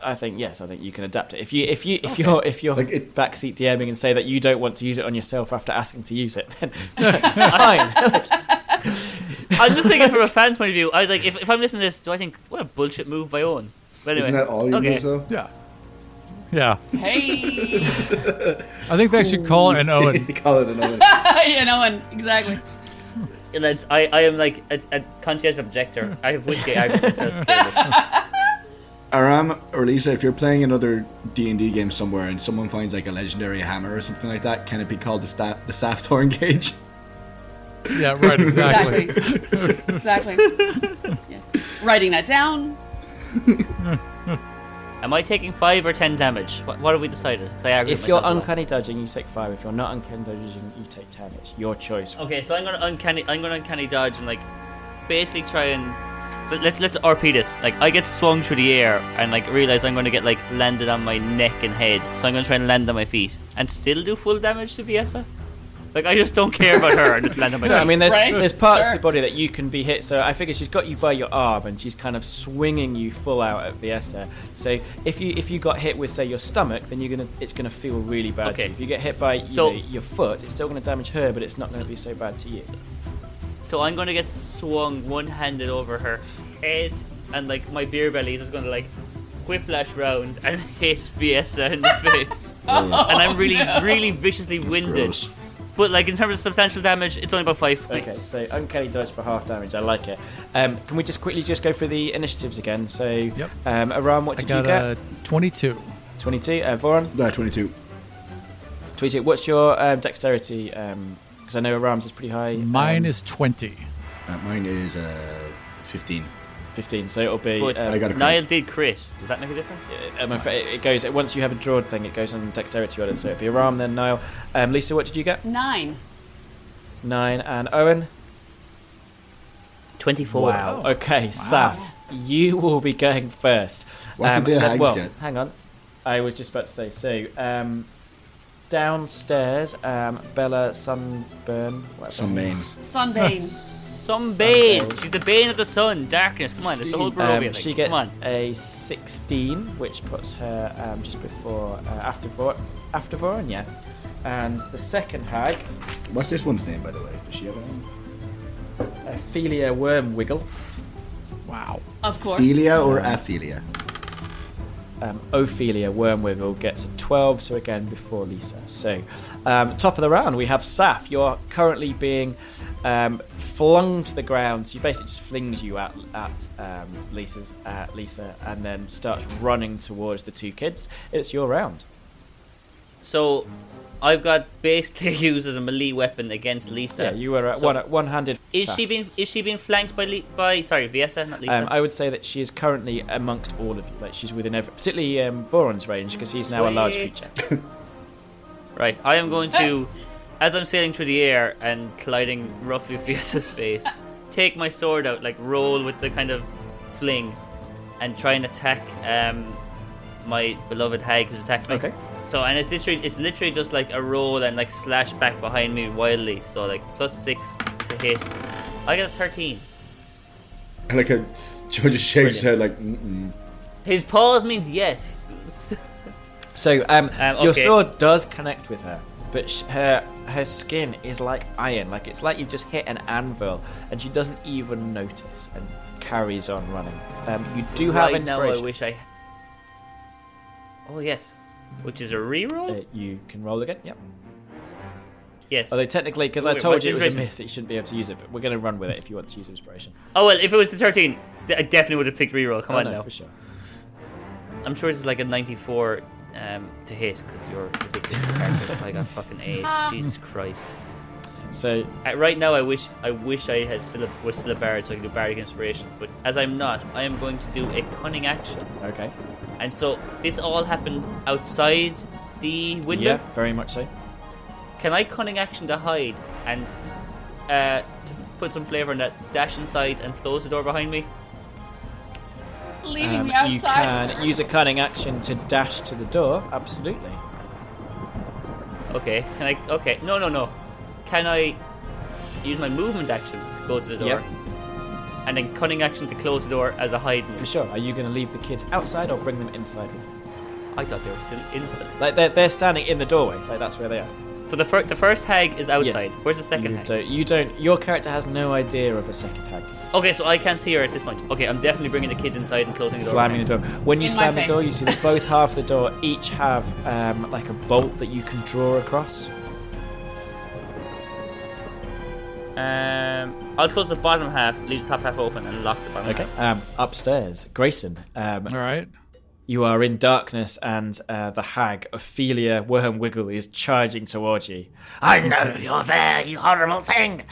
Speaker 4: I think yes, I think you can adapt it. If you, if you, if you're, if you're
Speaker 5: Like it-
Speaker 4: backseat DMing and say that you don't want to use it on yourself after asking to use it, then fine.
Speaker 2: I'm just thinking from a fan's point of view. I was like, if, if I'm listening to this, do I think what a bullshit move by Owen? But anyway,
Speaker 5: Isn't that all your
Speaker 2: okay.
Speaker 5: moves though?
Speaker 3: Yeah. Yeah.
Speaker 6: Hey,
Speaker 3: I think they should call it an Owen.
Speaker 5: Call it an Owen.
Speaker 6: you know, and exactly.
Speaker 2: And that's- I, I am like a, a conscientious objector. I have whiskey out of myself. clearly.
Speaker 5: Aram or Lisa, if you're playing another D and D game somewhere and someone finds like a legendary hammer or something like that, can it be called the staff the staff torn gauge?
Speaker 3: Yeah, right, exactly.
Speaker 6: Exactly. exactly. Yeah. Writing that down.
Speaker 2: Am I taking five or ten damage? What, what have we decided? 'Cause I argue
Speaker 4: if
Speaker 2: with
Speaker 4: you're
Speaker 2: myself a lot.
Speaker 4: uncanny dodging, you take five. If you're not uncanny dodging, you take ten. It's your choice.
Speaker 2: Okay, so I'm gonna uncanny. I'm gonna uncanny dodge and like basically try and. So let's let's RP this. Like I get swung through the air and like realize I'm gonna get like landed on my neck and head. So I'm gonna try and land on my feet and still do full damage to Viesa. Like I just don't care about her. I just land on my.
Speaker 4: So, I
Speaker 2: feet.
Speaker 4: mean, there's,
Speaker 6: Right?
Speaker 4: there's parts
Speaker 6: Sure.
Speaker 4: of the body that you can be hit. So I figure she's got you by your arm, and she's kind of swinging you full out at Viesa. So if you if you got hit with say your stomach, then you're gonna it's gonna feel really bad. to
Speaker 2: Okay.
Speaker 4: you. If you get hit by you
Speaker 2: So-
Speaker 4: know, your foot, it's still gonna damage her, but it's not gonna be so bad to you.
Speaker 2: So I'm gonna get swung one-handed over her head, and like my beer belly is just gonna like whiplash round and hit Viesa in the face. and I'm really, really viciously winded.
Speaker 5: gross.
Speaker 2: But like in terms of substantial damage, it's only about five points.
Speaker 4: Okay, so uncanny dodge for half damage. I like it. Um, can we just quickly just go through the initiatives again? So
Speaker 3: Yep.
Speaker 4: um, Aram, what
Speaker 3: I
Speaker 4: did
Speaker 3: got uh,
Speaker 4: you get?
Speaker 3: a 22.
Speaker 4: 22. Uh, Voron,
Speaker 5: No, twenty two.
Speaker 4: 22. What's your um, dexterity? Because I know Aram's is pretty high.
Speaker 3: Mine
Speaker 4: um,
Speaker 3: is 20.
Speaker 5: Uh, mine is uh, fifteen.
Speaker 4: 15, so it'll be.
Speaker 2: But
Speaker 4: um,
Speaker 5: I got a crit.
Speaker 2: Niall did crit. Does that make a difference?
Speaker 4: I'm afraid Um, it- it goes once you have a drawed thing. It goes on dexterity order, so it'd be Aram then Niall. Um, Lisa, what did you get?
Speaker 6: Nine.
Speaker 4: Nine and Owen.
Speaker 2: Twenty-four.
Speaker 4: Okay, Saf, you will be going first.
Speaker 5: What did the
Speaker 4: let-
Speaker 5: hags
Speaker 4: well,
Speaker 5: get?
Speaker 4: hang on. I was just about to say. So um, downstairs, um, Bella Sunburn. whatever.
Speaker 5: Some main.
Speaker 6: Sunbane.
Speaker 2: Some
Speaker 4: Sunbane.
Speaker 2: bane. She's the bane of the sun. Darkness. Come on, it's the whole Barovia.
Speaker 4: Um,
Speaker 2: thing.
Speaker 4: she gets
Speaker 2: Come on.
Speaker 4: a 16, which puts her um, just before uh, after Vor- after Voron, yeah. And the second hag
Speaker 5: What's this one's name, by the way? Does she have a name?
Speaker 4: Ophelia Wormwiggle,
Speaker 3: Wow.
Speaker 6: Of course.
Speaker 5: Philia or Aphelia?
Speaker 4: um, Ophelia Wormwiggle gets a 12, so again before Lisa. So, um, top of the round, we have Saf. You're currently being um, flung to the ground. She basically just flings you at, at um, Lisa's, at Lisa, and then starts running towards the two kids. It's your round.
Speaker 2: So I've got basically used as a melee weapon against Lisa.
Speaker 4: Yeah, you were at
Speaker 2: So-
Speaker 4: one, one-handed.
Speaker 2: Is
Speaker 4: Saf.
Speaker 2: she being is she being flanked by Le- by sorry Viesa not Lisa?
Speaker 4: Um, I would say that she is currently amongst all of you. Like she's within every, particularly um, Voron's range because he's now a large
Speaker 2: Sweet.
Speaker 4: creature.
Speaker 2: right, I am going to, as I'm sailing through the air and colliding roughly with Viesa's face, take my sword out, like roll with the kind of fling, and try and attack um, my beloved hag who's attacked me.
Speaker 4: Okay.
Speaker 2: So and it's literally it's literally just like a roll and like slash back behind me wildly. So like plus six to hit. I get a thirteen.
Speaker 5: And like a Joe just shakes his head like "Mm, Mm-mm.
Speaker 2: His pause means yes.
Speaker 4: So um,
Speaker 2: Um,
Speaker 4: your
Speaker 2: okay.
Speaker 4: sword does connect with her, but sh- her her skin is like iron. Like it's like you've just hit an anvil, and she doesn't even notice and carries on running. Um, you do have
Speaker 2: right now I
Speaker 4: inspiration.
Speaker 2: wish I. Oh yes, Which is a reroll?
Speaker 4: Uh, you can roll again. Yep.
Speaker 2: yes.
Speaker 4: Although technically, because
Speaker 2: Oh,
Speaker 4: I
Speaker 2: wait,
Speaker 4: told
Speaker 2: what's
Speaker 4: you it was
Speaker 2: inspiration?
Speaker 4: a miss, it shouldn't be able to use it. But we're going to run with it if you want to use inspiration.
Speaker 2: oh, well, if it was the 13, th- I definitely would have picked reroll. Come
Speaker 4: Oh,
Speaker 2: on
Speaker 4: no,
Speaker 2: now.
Speaker 4: for sure.
Speaker 2: I'm sure it's like a 94 um, to hit because you're evicted from character. I got fucking eight. Jesus Christ.
Speaker 4: So
Speaker 2: Uh, right now, I wish I wish I had still a, was still a bard so I could do bardic inspiration. But as I'm not, I am going to do a cunning action.
Speaker 4: okay.
Speaker 2: And so this all happened outside the window.
Speaker 4: Yeah, very much so.
Speaker 2: Can I cunning action to hide and uh, to put some flavor in that? Dash inside and close the door behind me.
Speaker 6: Leaving
Speaker 4: Um,
Speaker 6: me
Speaker 4: you
Speaker 6: outside.
Speaker 4: can use a cunning action to dash to the door. Absolutely.
Speaker 2: Okay. Can I? Okay. No, no, no. Can I use my movement action to go to the door?
Speaker 4: Yep.
Speaker 2: And then cunning action to close the door as a hide move.
Speaker 4: For sure. Are you going to leave the kids outside or bring them inside with you?
Speaker 2: I thought they were still inside.
Speaker 4: Like they're, they're standing in the doorway. Like that's where they are.
Speaker 2: So the, fir- the first hag is outside.
Speaker 4: Yes.
Speaker 2: Where's the second
Speaker 4: you
Speaker 2: hag?
Speaker 4: Don't, you don't. Your character has no idea of a second hag.
Speaker 2: Okay, so I can't see her at this point. Okay, I'm definitely bringing the kids inside and closing the door.
Speaker 4: Slamming the door. When you
Speaker 6: In my
Speaker 4: slam the
Speaker 6: face.
Speaker 4: door, you see that both half the door each have um, like a bolt that you can draw across.
Speaker 2: Um, I'll close the bottom half, leave the top half open, and lock the bottom.
Speaker 4: Okay. Um, upstairs, Grayson. Um,
Speaker 3: All right.
Speaker 4: You are in darkness, and uh, the hag Ophelia Wormwiggle is charging towards you.
Speaker 9: I know you're there, you horrible thing.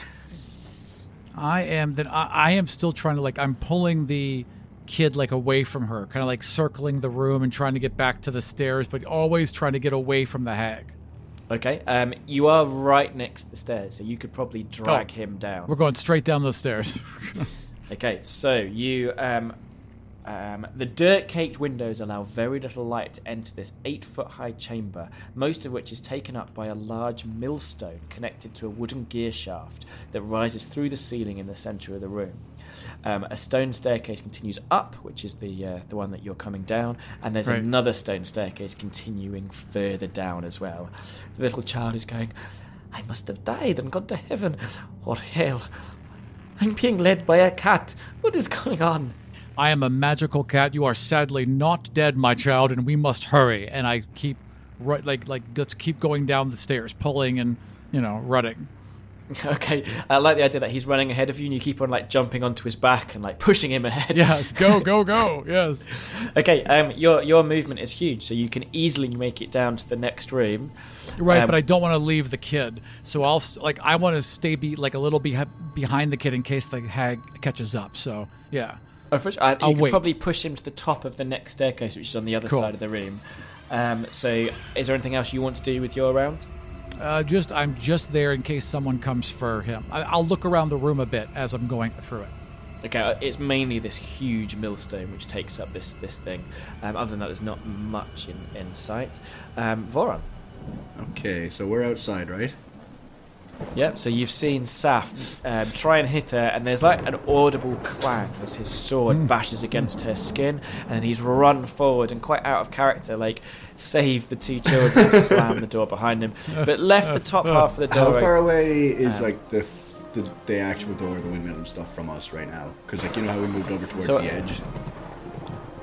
Speaker 3: I am then. I, I am still trying to like. I'm pulling the kid like away from her, kind of like circling the room and trying to get back to the stairs, but always trying to get away from the hag.
Speaker 4: Okay. Um, you are right next to the stairs, so you could probably drag
Speaker 3: Oh.
Speaker 4: him down.
Speaker 3: We're going straight down those stairs.
Speaker 4: Okay, so you um, um, the dirt-caked windows allow very little light to enter this eight-foot-high chamber, most of which is taken up by a large millstone connected to a wooden gear shaft that rises through the ceiling in the centre of the room. Um, a stone staircase continues up, which is the uh, the one that you're coming down, and there's
Speaker 3: Right.
Speaker 4: another stone staircase continuing further down as well. The little child is going, "I must have died and gone to heaven or hell." I'm being led by a cat. What is going on?
Speaker 3: I am a magical cat. You are sadly not dead, my child, and we must hurry. And I keep right like like let's keep going down the stairs, pulling and you know running.
Speaker 4: Okay, I like the idea that he's running ahead of you and you keep on like jumping onto his back and like pushing him ahead.
Speaker 3: Yeah, it's go go go. Yes.
Speaker 4: okay, um, your your movement is huge, so you can easily make it down to the next room.
Speaker 3: Right,
Speaker 4: Um,
Speaker 3: but I don't want to leave the kid, so I'll s- like I want to stay be like a little be- behind the kid in case the hag catches up. So yeah,
Speaker 4: Oh, for sure. I, you
Speaker 3: I'll
Speaker 4: could
Speaker 3: wait.
Speaker 4: probably push him to the top of the next staircase, which is on the other
Speaker 3: Cool.
Speaker 4: side of the room. Um, so, is there anything else you want to do with your round?
Speaker 3: uh, just I'm just there in case someone comes for him. I, I'll look around the room a bit as I'm going through it.
Speaker 4: Okay, uh, it's mainly this huge millstone which takes up this this thing. Um, other than that, there's not much in, in sight. Um, Voron.
Speaker 5: Okay, so we're outside, right?
Speaker 4: Yep, so you've seen Saf um, try and hit her, and there's like an audible clang as his
Speaker 5: Hmm.
Speaker 4: sword bashes against her skin, and then he's run forward and quite out of character, like saved the two children, and slammed the door behind him, but left the top half of the
Speaker 5: How
Speaker 4: door.
Speaker 5: far
Speaker 4: open.
Speaker 5: away is like the, the the actual door, the windmill and stuff from us right now? Because like you know how we moved over towards
Speaker 4: So-
Speaker 5: the edge.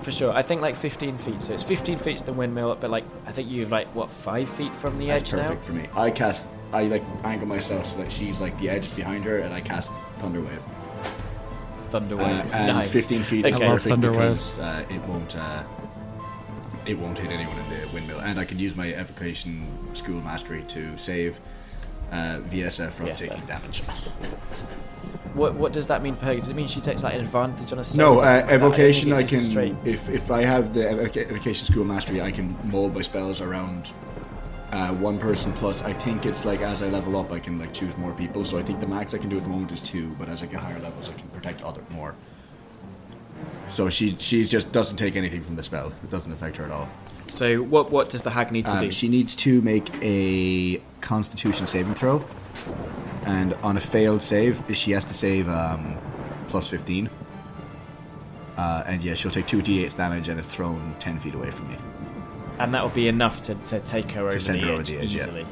Speaker 4: For sure, I think like 15 feet. So it's 15 feet to the windmill, but like I think you're like what five feet from the
Speaker 5: That's
Speaker 4: edge
Speaker 5: perfect for me. I cast. I like angle myself so that she's like the edge is behind her, and I cast thunderwave.
Speaker 4: now. Thunderwave,
Speaker 5: Uh,
Speaker 4: is
Speaker 5: and
Speaker 4: Ah, nice.
Speaker 5: 15 feet is
Speaker 4: Okay.
Speaker 3: I love
Speaker 5: perfect
Speaker 3: Thunder
Speaker 5: because uh, it won't uh, it won't hit anyone in the windmill, and I can use my evocation school mastery to save uh, VSF from
Speaker 4: Yes, sir.
Speaker 5: taking damage.
Speaker 4: What, what does that mean for her? Does it mean she takes like an advantage on a save
Speaker 5: No,
Speaker 4: or something
Speaker 5: uh,
Speaker 4: like that? I don't think
Speaker 5: evocation.
Speaker 4: it's
Speaker 5: I
Speaker 4: just a
Speaker 5: can
Speaker 4: straight-
Speaker 5: if if I have the evoca- evocation school mastery, I can mold my spells around uh, one person. Plus, I think it's like as I level up, I can like choose more people. So I think the max I can do at the moment is two, but as I get higher levels, I can protect other more. So she she's just doesn't take anything from the spell. It doesn't affect her at all.
Speaker 4: So what what does the hag need to
Speaker 5: Um,
Speaker 4: do?
Speaker 5: she needs to make a Constitution saving throw, and on a failed save, she has to save um, plus fifteen. Uh, and yeah, she'll take two d8 damage and is thrown ten feet away from me.
Speaker 4: and that will be enough to, to take her over,
Speaker 5: send
Speaker 4: the,
Speaker 5: her over
Speaker 4: edge
Speaker 5: the edge, yeah.
Speaker 4: easily.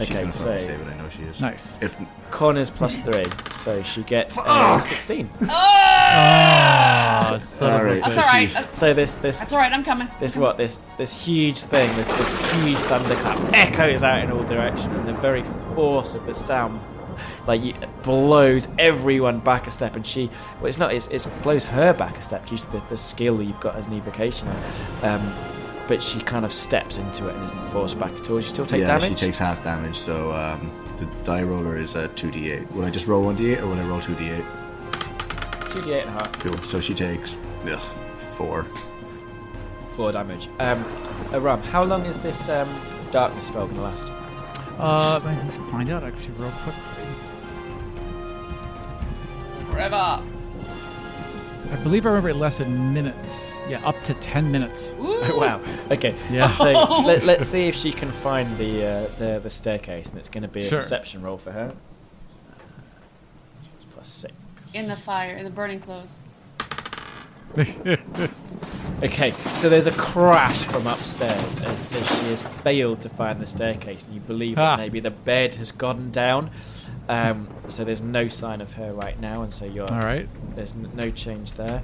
Speaker 5: She's
Speaker 4: Okay,
Speaker 5: gonna
Speaker 4: so
Speaker 5: throw save it. I know she is.
Speaker 3: Nice.
Speaker 5: If
Speaker 4: Connor's plus three, so she gets uh, sixteen.
Speaker 6: Oh!
Speaker 2: Oh, son of a
Speaker 5: Alright.
Speaker 2: bitch.
Speaker 6: That's all right. Uh,
Speaker 4: So this this
Speaker 6: That's all right. I'm coming.
Speaker 4: this what this this huge thing, this this huge thunderclap echoes out in all direction, and the very force of the sound like you- blows everyone back a step. And she, well, it's not, it's, it's blows her back a step due to the, the skill you've got as an evocation. Um, but she kind of steps into it and isn't forced back at all. She still takes
Speaker 5: yeah,
Speaker 4: damage.
Speaker 5: she takes half damage, so um, the die roller is a 2d8. Will I just roll 1d8 or will I roll 2d8?
Speaker 4: 2d8 and a half,
Speaker 5: Cool. So she takes ugh, 4.
Speaker 4: four damage. Um, Aram, how long is this um, darkness spell going to last?
Speaker 3: Uh, I can find out actually real quickly.
Speaker 6: Forever.
Speaker 3: I believe I remember it lasted minutes. Yeah, up to ten minutes.
Speaker 4: Oh, wow. Okay. Yeah. So let, let's see if she can find the uh, the, the staircase, and it's going to be a
Speaker 3: Sure.
Speaker 4: perception roll for her. It's plus six.
Speaker 6: In the fire, in the burning clothes.
Speaker 4: Okay. So there's a crash from upstairs as, as she has failed to find the staircase, and you believe
Speaker 3: Ah.
Speaker 4: that maybe the bed has gone down. Um, so there's no sign of her right now, and so you're
Speaker 3: All right.
Speaker 4: There's n- no change there.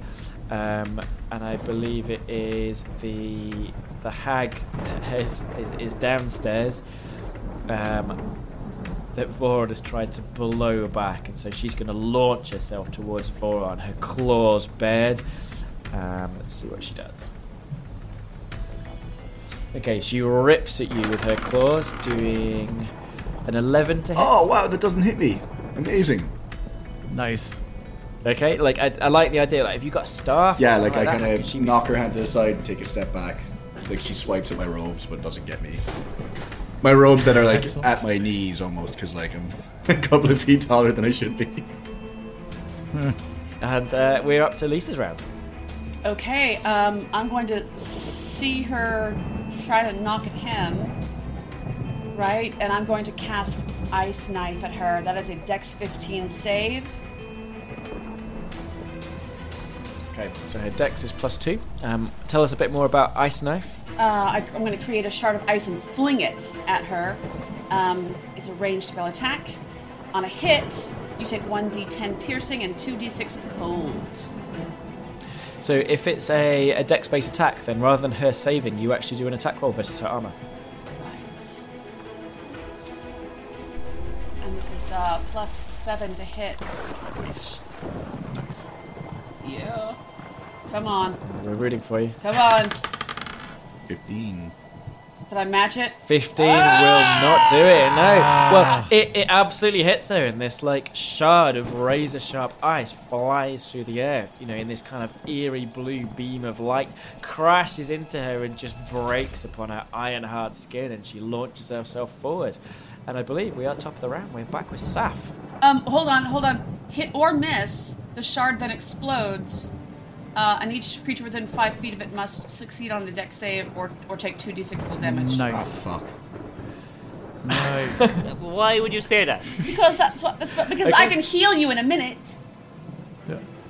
Speaker 4: Um, and I believe it is the the hag that is, is, is downstairs um, that Voron has tried to blow back. And so she's going to launch herself towards Voron, her claws bared. Um, let's see what she does. Okay, she rips at you with her claws, doing an 11 to hit.
Speaker 5: Oh, wow, that doesn't hit me. Amazing.
Speaker 3: Nice.
Speaker 4: Okay, like I, I like the idea. Like, if you got a staff, or
Speaker 5: Yeah,
Speaker 4: something
Speaker 5: like I
Speaker 4: that,
Speaker 5: kind
Speaker 4: could
Speaker 5: of
Speaker 4: she be-
Speaker 5: knock her hand to the side and take a step back. Like she swipes at my robes, but doesn't get me. My robes that are like
Speaker 3: Excellent.
Speaker 5: at my knees almost, because like I'm a couple of feet taller than I should be.
Speaker 4: And uh, we're up to Lisa's round.
Speaker 6: Okay, um, I'm going to see her try to knock at him, right? And I'm going to cast Ice Knife at her. That is a Dex 15 save.
Speaker 4: Okay, so her dex is plus two. Um, tell us a bit more about Ice Knife.
Speaker 6: Uh, I, I'm going to create a shard of ice and fling it at her. Um, it's a ranged spell attack. On a hit, you take 1d10 piercing and 2d6 cold.
Speaker 4: So if it's a, a dex based attack, then rather than her saving, you actually do an attack roll versus her armor.
Speaker 6: Right. And this is uh, plus seven to hit.
Speaker 5: Nice.
Speaker 6: Yeah. Come on.
Speaker 4: We're rooting for you.
Speaker 6: Come on.
Speaker 5: 15.
Speaker 6: Did I match it?
Speaker 4: 15 will not do it, no. Well, it, it absolutely hits her, and this, like, shard of razor sharp ice flies through the air, you know, in this kind of eerie blue beam of light, crashes into her, and just breaks upon her iron hard skin, and she launches herself forward. And I believe we are top of the round. We're back with Saf.
Speaker 6: Um, hold on, hold on. Hit or miss, the shard then explodes, uh, and each creature within five feet of it must succeed on a dex save or, or take 2d6 full damage.
Speaker 5: Ah,
Speaker 3: Nice.
Speaker 5: fuck.
Speaker 3: Nice.
Speaker 2: Why would you say that?
Speaker 6: Because that's what that's what, because I can heal you in a minute.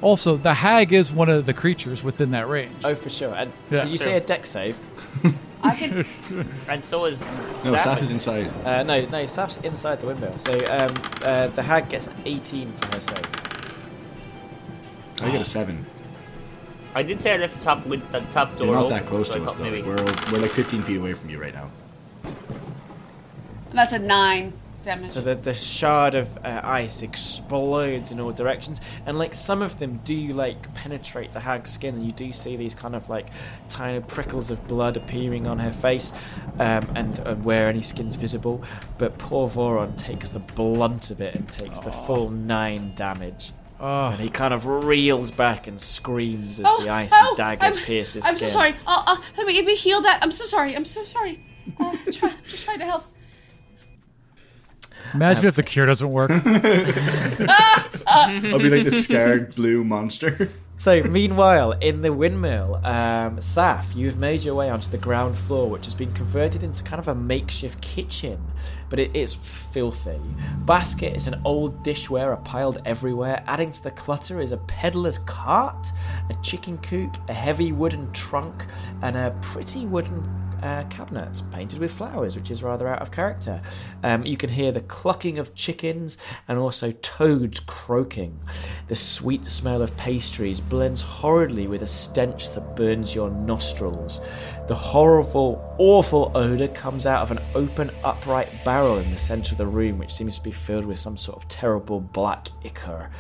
Speaker 3: also, the hag is one of the creatures within that range.
Speaker 4: Oh, for sure. And
Speaker 3: Yeah.
Speaker 4: did you say a deck save?
Speaker 6: I can
Speaker 2: And so is
Speaker 5: No,
Speaker 2: Saf.
Speaker 5: Saf is inside.
Speaker 4: Uh, no, no, Saf's inside the windmill. So um, uh, the hag gets an 18 for her save.
Speaker 5: I get a 7.
Speaker 2: I did say I left the top with the top door
Speaker 5: You're not
Speaker 2: open,
Speaker 5: that close
Speaker 2: so I
Speaker 5: to us
Speaker 2: thought
Speaker 5: though.
Speaker 2: maybe.
Speaker 5: We're, we're like 15 feet away from you right now.
Speaker 6: that's a nine damage.
Speaker 4: So the, the shard of uh, ice explodes in all directions, and like some of them do like penetrate the hag's skin, and you do see these kind of like tiny prickles of blood appearing on her face, um, and, and where any skin's visible. But poor Voron takes the blunt of it and takes the full nine damage. And he kind of reels back and screams as the ice and daggers
Speaker 6: Oh, I'm,
Speaker 4: pierce his
Speaker 6: I'm
Speaker 4: skin.
Speaker 6: so sorry. Uh, uh, let, me, let me heal that. I'm so sorry. I'm so sorry. Uh, try, just trying to help.
Speaker 3: Imagine if the cure doesn't work.
Speaker 5: I'll be like this scared blue monster.
Speaker 4: So, meanwhile, in the windmill, um, Saf, you've made your way onto the ground floor, which has been converted into kind of a makeshift kitchen, but it is filthy. Basket is an old dishware are piled everywhere. Adding to the clutter is a peddler's cart, a chicken coop, a heavy wooden trunk, and a pretty wooden uh, cabinet painted with flowers, which is rather out of character. Um, you can hear the clucking of chickens and also toads croaking. The sweet smell of pastries blends horridly with a stench that burns your nostrils. The horrible, awful odour comes out of an open, upright barrel in the centre of the room, which seems to be filled with some sort of terrible black ichor.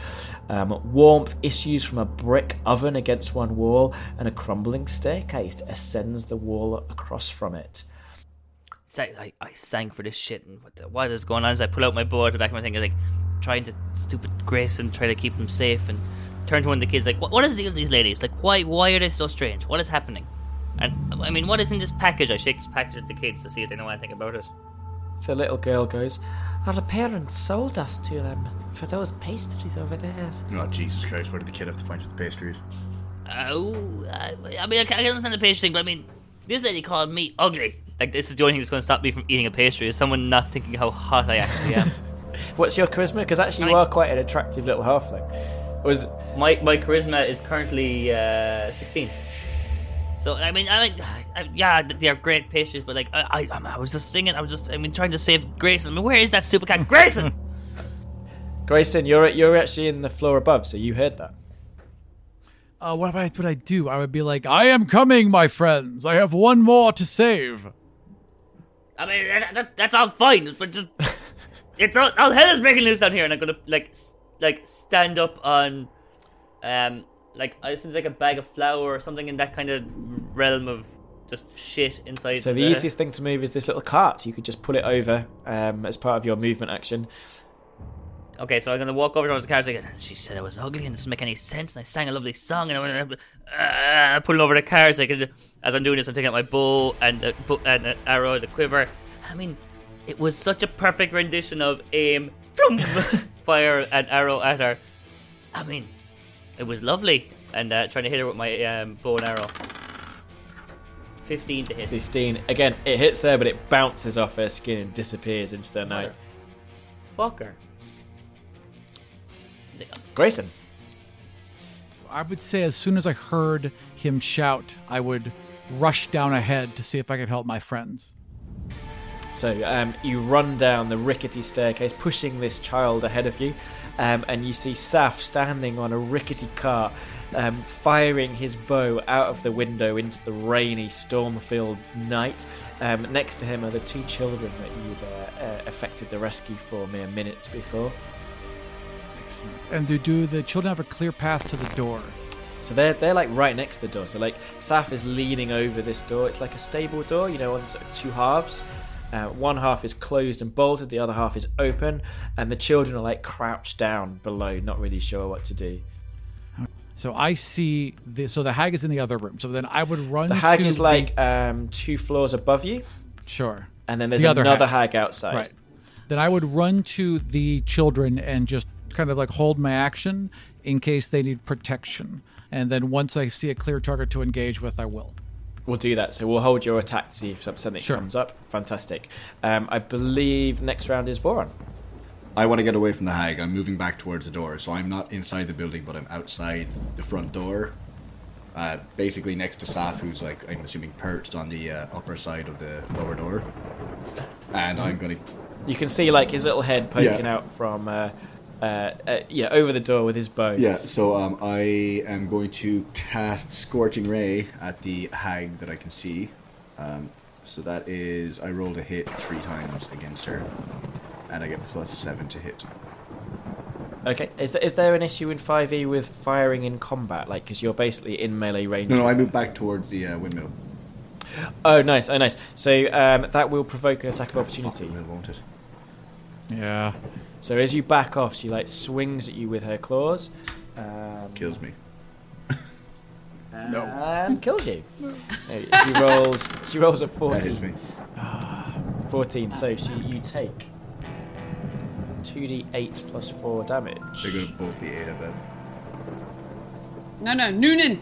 Speaker 4: Um, warmth issues from a brick oven against one wall, and a crumbling staircase ascends the wall across from it.
Speaker 2: So I, I sang for this shit, and what, the, what is going on? As I pull out my bow at the back of my thing, I like trying to stupid Grayson, try to keep him safe, and turn to one of the kids like, "What, what is the deal with these ladies? Like, why why are they so strange? What is happening?" And I mean, what is in this package? I shake this package at the kids to see if they know anything about it.
Speaker 4: The little girl goes,
Speaker 7: Our parents sold us to them for those pastries over there.
Speaker 5: Oh, Jesus Christ, where did the kid have to point to the pastries?
Speaker 2: Oh, I, I mean, I can, I can understand the pastry thing, but I mean, this lady called me ugly. Like, this is the only thing that's going to stop me from eating a pastry is someone not thinking how hot I actually am.
Speaker 4: What's your charisma? Because actually, you are quite an attractive little halfling. Was
Speaker 2: my my charisma is currently uh, sixteen. So I mean, I mean, I, yeah, th- they are great pastries, but like, I, I, I was just singing. I was just, I mean, trying to save Grayson. I mean, where is that super cat, Grayson?
Speaker 4: Grayson, you're you're actually in the floor above, so you heard that.
Speaker 3: Uh, what would I, would I do? I would be like, I am coming, my friends. I have one more to save.
Speaker 2: I mean, that, that, that's all fine, but just it's all, all hell is breaking loose down here, and I'm gonna like s- like stand up on, um, like I seems like a bag of flour or something in that kind of realm of just shit inside.
Speaker 4: So the easiest thing to move is this little cart. You could just pull it over um, as part of your movement action.
Speaker 2: Okay, so I'm gonna walk over towards the carriage. Like, she said I was ugly, and it doesn't make any sense. And I sang a lovely song, and I went uh, pulling over the carriage. Like, as I'm doing this, I'm taking out my bow and the bow and an arrow, the quiver. I mean, it was such a perfect rendition of aim, vroom, fire an arrow at her. I mean, it was lovely. And uh, trying to hit her with my um, bow and arrow. Fifteen to hit.
Speaker 4: 15. Again, it hits her, but it bounces off her skin and disappears into the night.
Speaker 2: Fucker.
Speaker 4: Grayson.
Speaker 3: I would say as soon as I heard him shout, I would rush down ahead to see if I could help my friends.
Speaker 4: So um, you run down the rickety staircase, pushing this child ahead of you, um, and you see Saf standing on a rickety cart, um, firing his bow out of the window into the rainy, storm filled night. Um, next to him are the two children that you'd uh, uh, effected the rescue for mere minutes before.
Speaker 3: And do do the children have a clear path to the door?
Speaker 4: So they're they're like right next to the door. So like Saf is leaning over this door. It's like a stable door, you know, on sort of two halves. Uh, one half is closed and bolted, the other half is open, and the children are like crouched down below, not really sure what to do.
Speaker 3: So I see the so the hag is in the other room. So then I would run.
Speaker 4: The hag
Speaker 3: to
Speaker 4: is like um, two floors above you,
Speaker 3: sure,
Speaker 4: and then there's
Speaker 3: The other
Speaker 4: another
Speaker 3: hag.
Speaker 4: hag. outside.
Speaker 3: Right. Then I would run to the children and just kind of like hold my action in case they need protection. And then once I see a clear target to engage with, I will.
Speaker 4: We'll do that. So we'll hold your attack to see if some- something
Speaker 3: Sure.
Speaker 4: comes up. Fantastic. Um, I believe next round is Voron.
Speaker 5: I want to get away from the hag. I'm moving back towards the door, so I'm not inside the building, but I'm outside the front door, uh, basically next to Saf, who's like I'm assuming perched on the uh, upper side of the lower door. And I'm gonna
Speaker 4: You can see like his little head poking
Speaker 5: Yeah.
Speaker 4: out from uh, uh, uh, yeah over the door with his bow.
Speaker 5: yeah. So um, I am going to cast Scorching Ray at the hag that I can see. Um, so that is I rolled a hit three times against her, and I get plus seven to hit.
Speaker 4: Okay. Is there, is there an issue in Five E with firing in combat? Like, because you're basically in melee range.
Speaker 5: No, no, I move back towards the uh, windmill.
Speaker 4: Oh, nice. Oh, nice. So um, that will provoke an attack of opportunity.
Speaker 5: Windmill, won't it?
Speaker 3: Yeah.
Speaker 4: So as you back off, she like swings at you with her claws. Um,
Speaker 5: Kills me.
Speaker 4: And kills you. Uh, she rolls. She rolls a
Speaker 5: That hits
Speaker 4: fourteen.
Speaker 5: me.
Speaker 4: 14. So she, you take 2d8 plus 4 damage.
Speaker 5: They're gonna both be eight of it.
Speaker 6: No, no, Noonan.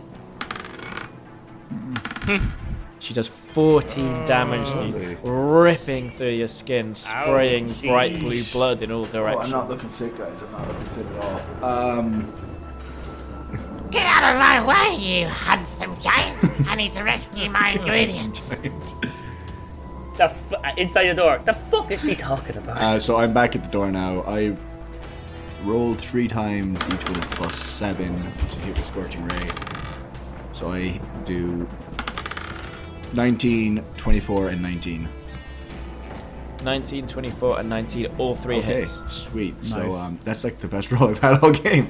Speaker 4: She does 14 damage to you, ripping through your skin, spraying bright blue blood in all
Speaker 10: Oh, I'm
Speaker 4: directions.
Speaker 10: not looking fit, guys. I'm not looking fit at all. Um,
Speaker 7: Get out of my way, you handsome giant! I need to rescue my ingredients.
Speaker 2: The f- inside the door. The fuck is she talking about?
Speaker 5: Uh, so I'm back at the door now. I rolled three times, each with plus seven to hit with Scorching Ray. So I do 19, 24, and 19.
Speaker 4: 19, 24, and 19, all three
Speaker 5: okay,
Speaker 4: hits.
Speaker 5: sweet.
Speaker 4: Nice.
Speaker 5: So um, that's like the best roll I've had all game.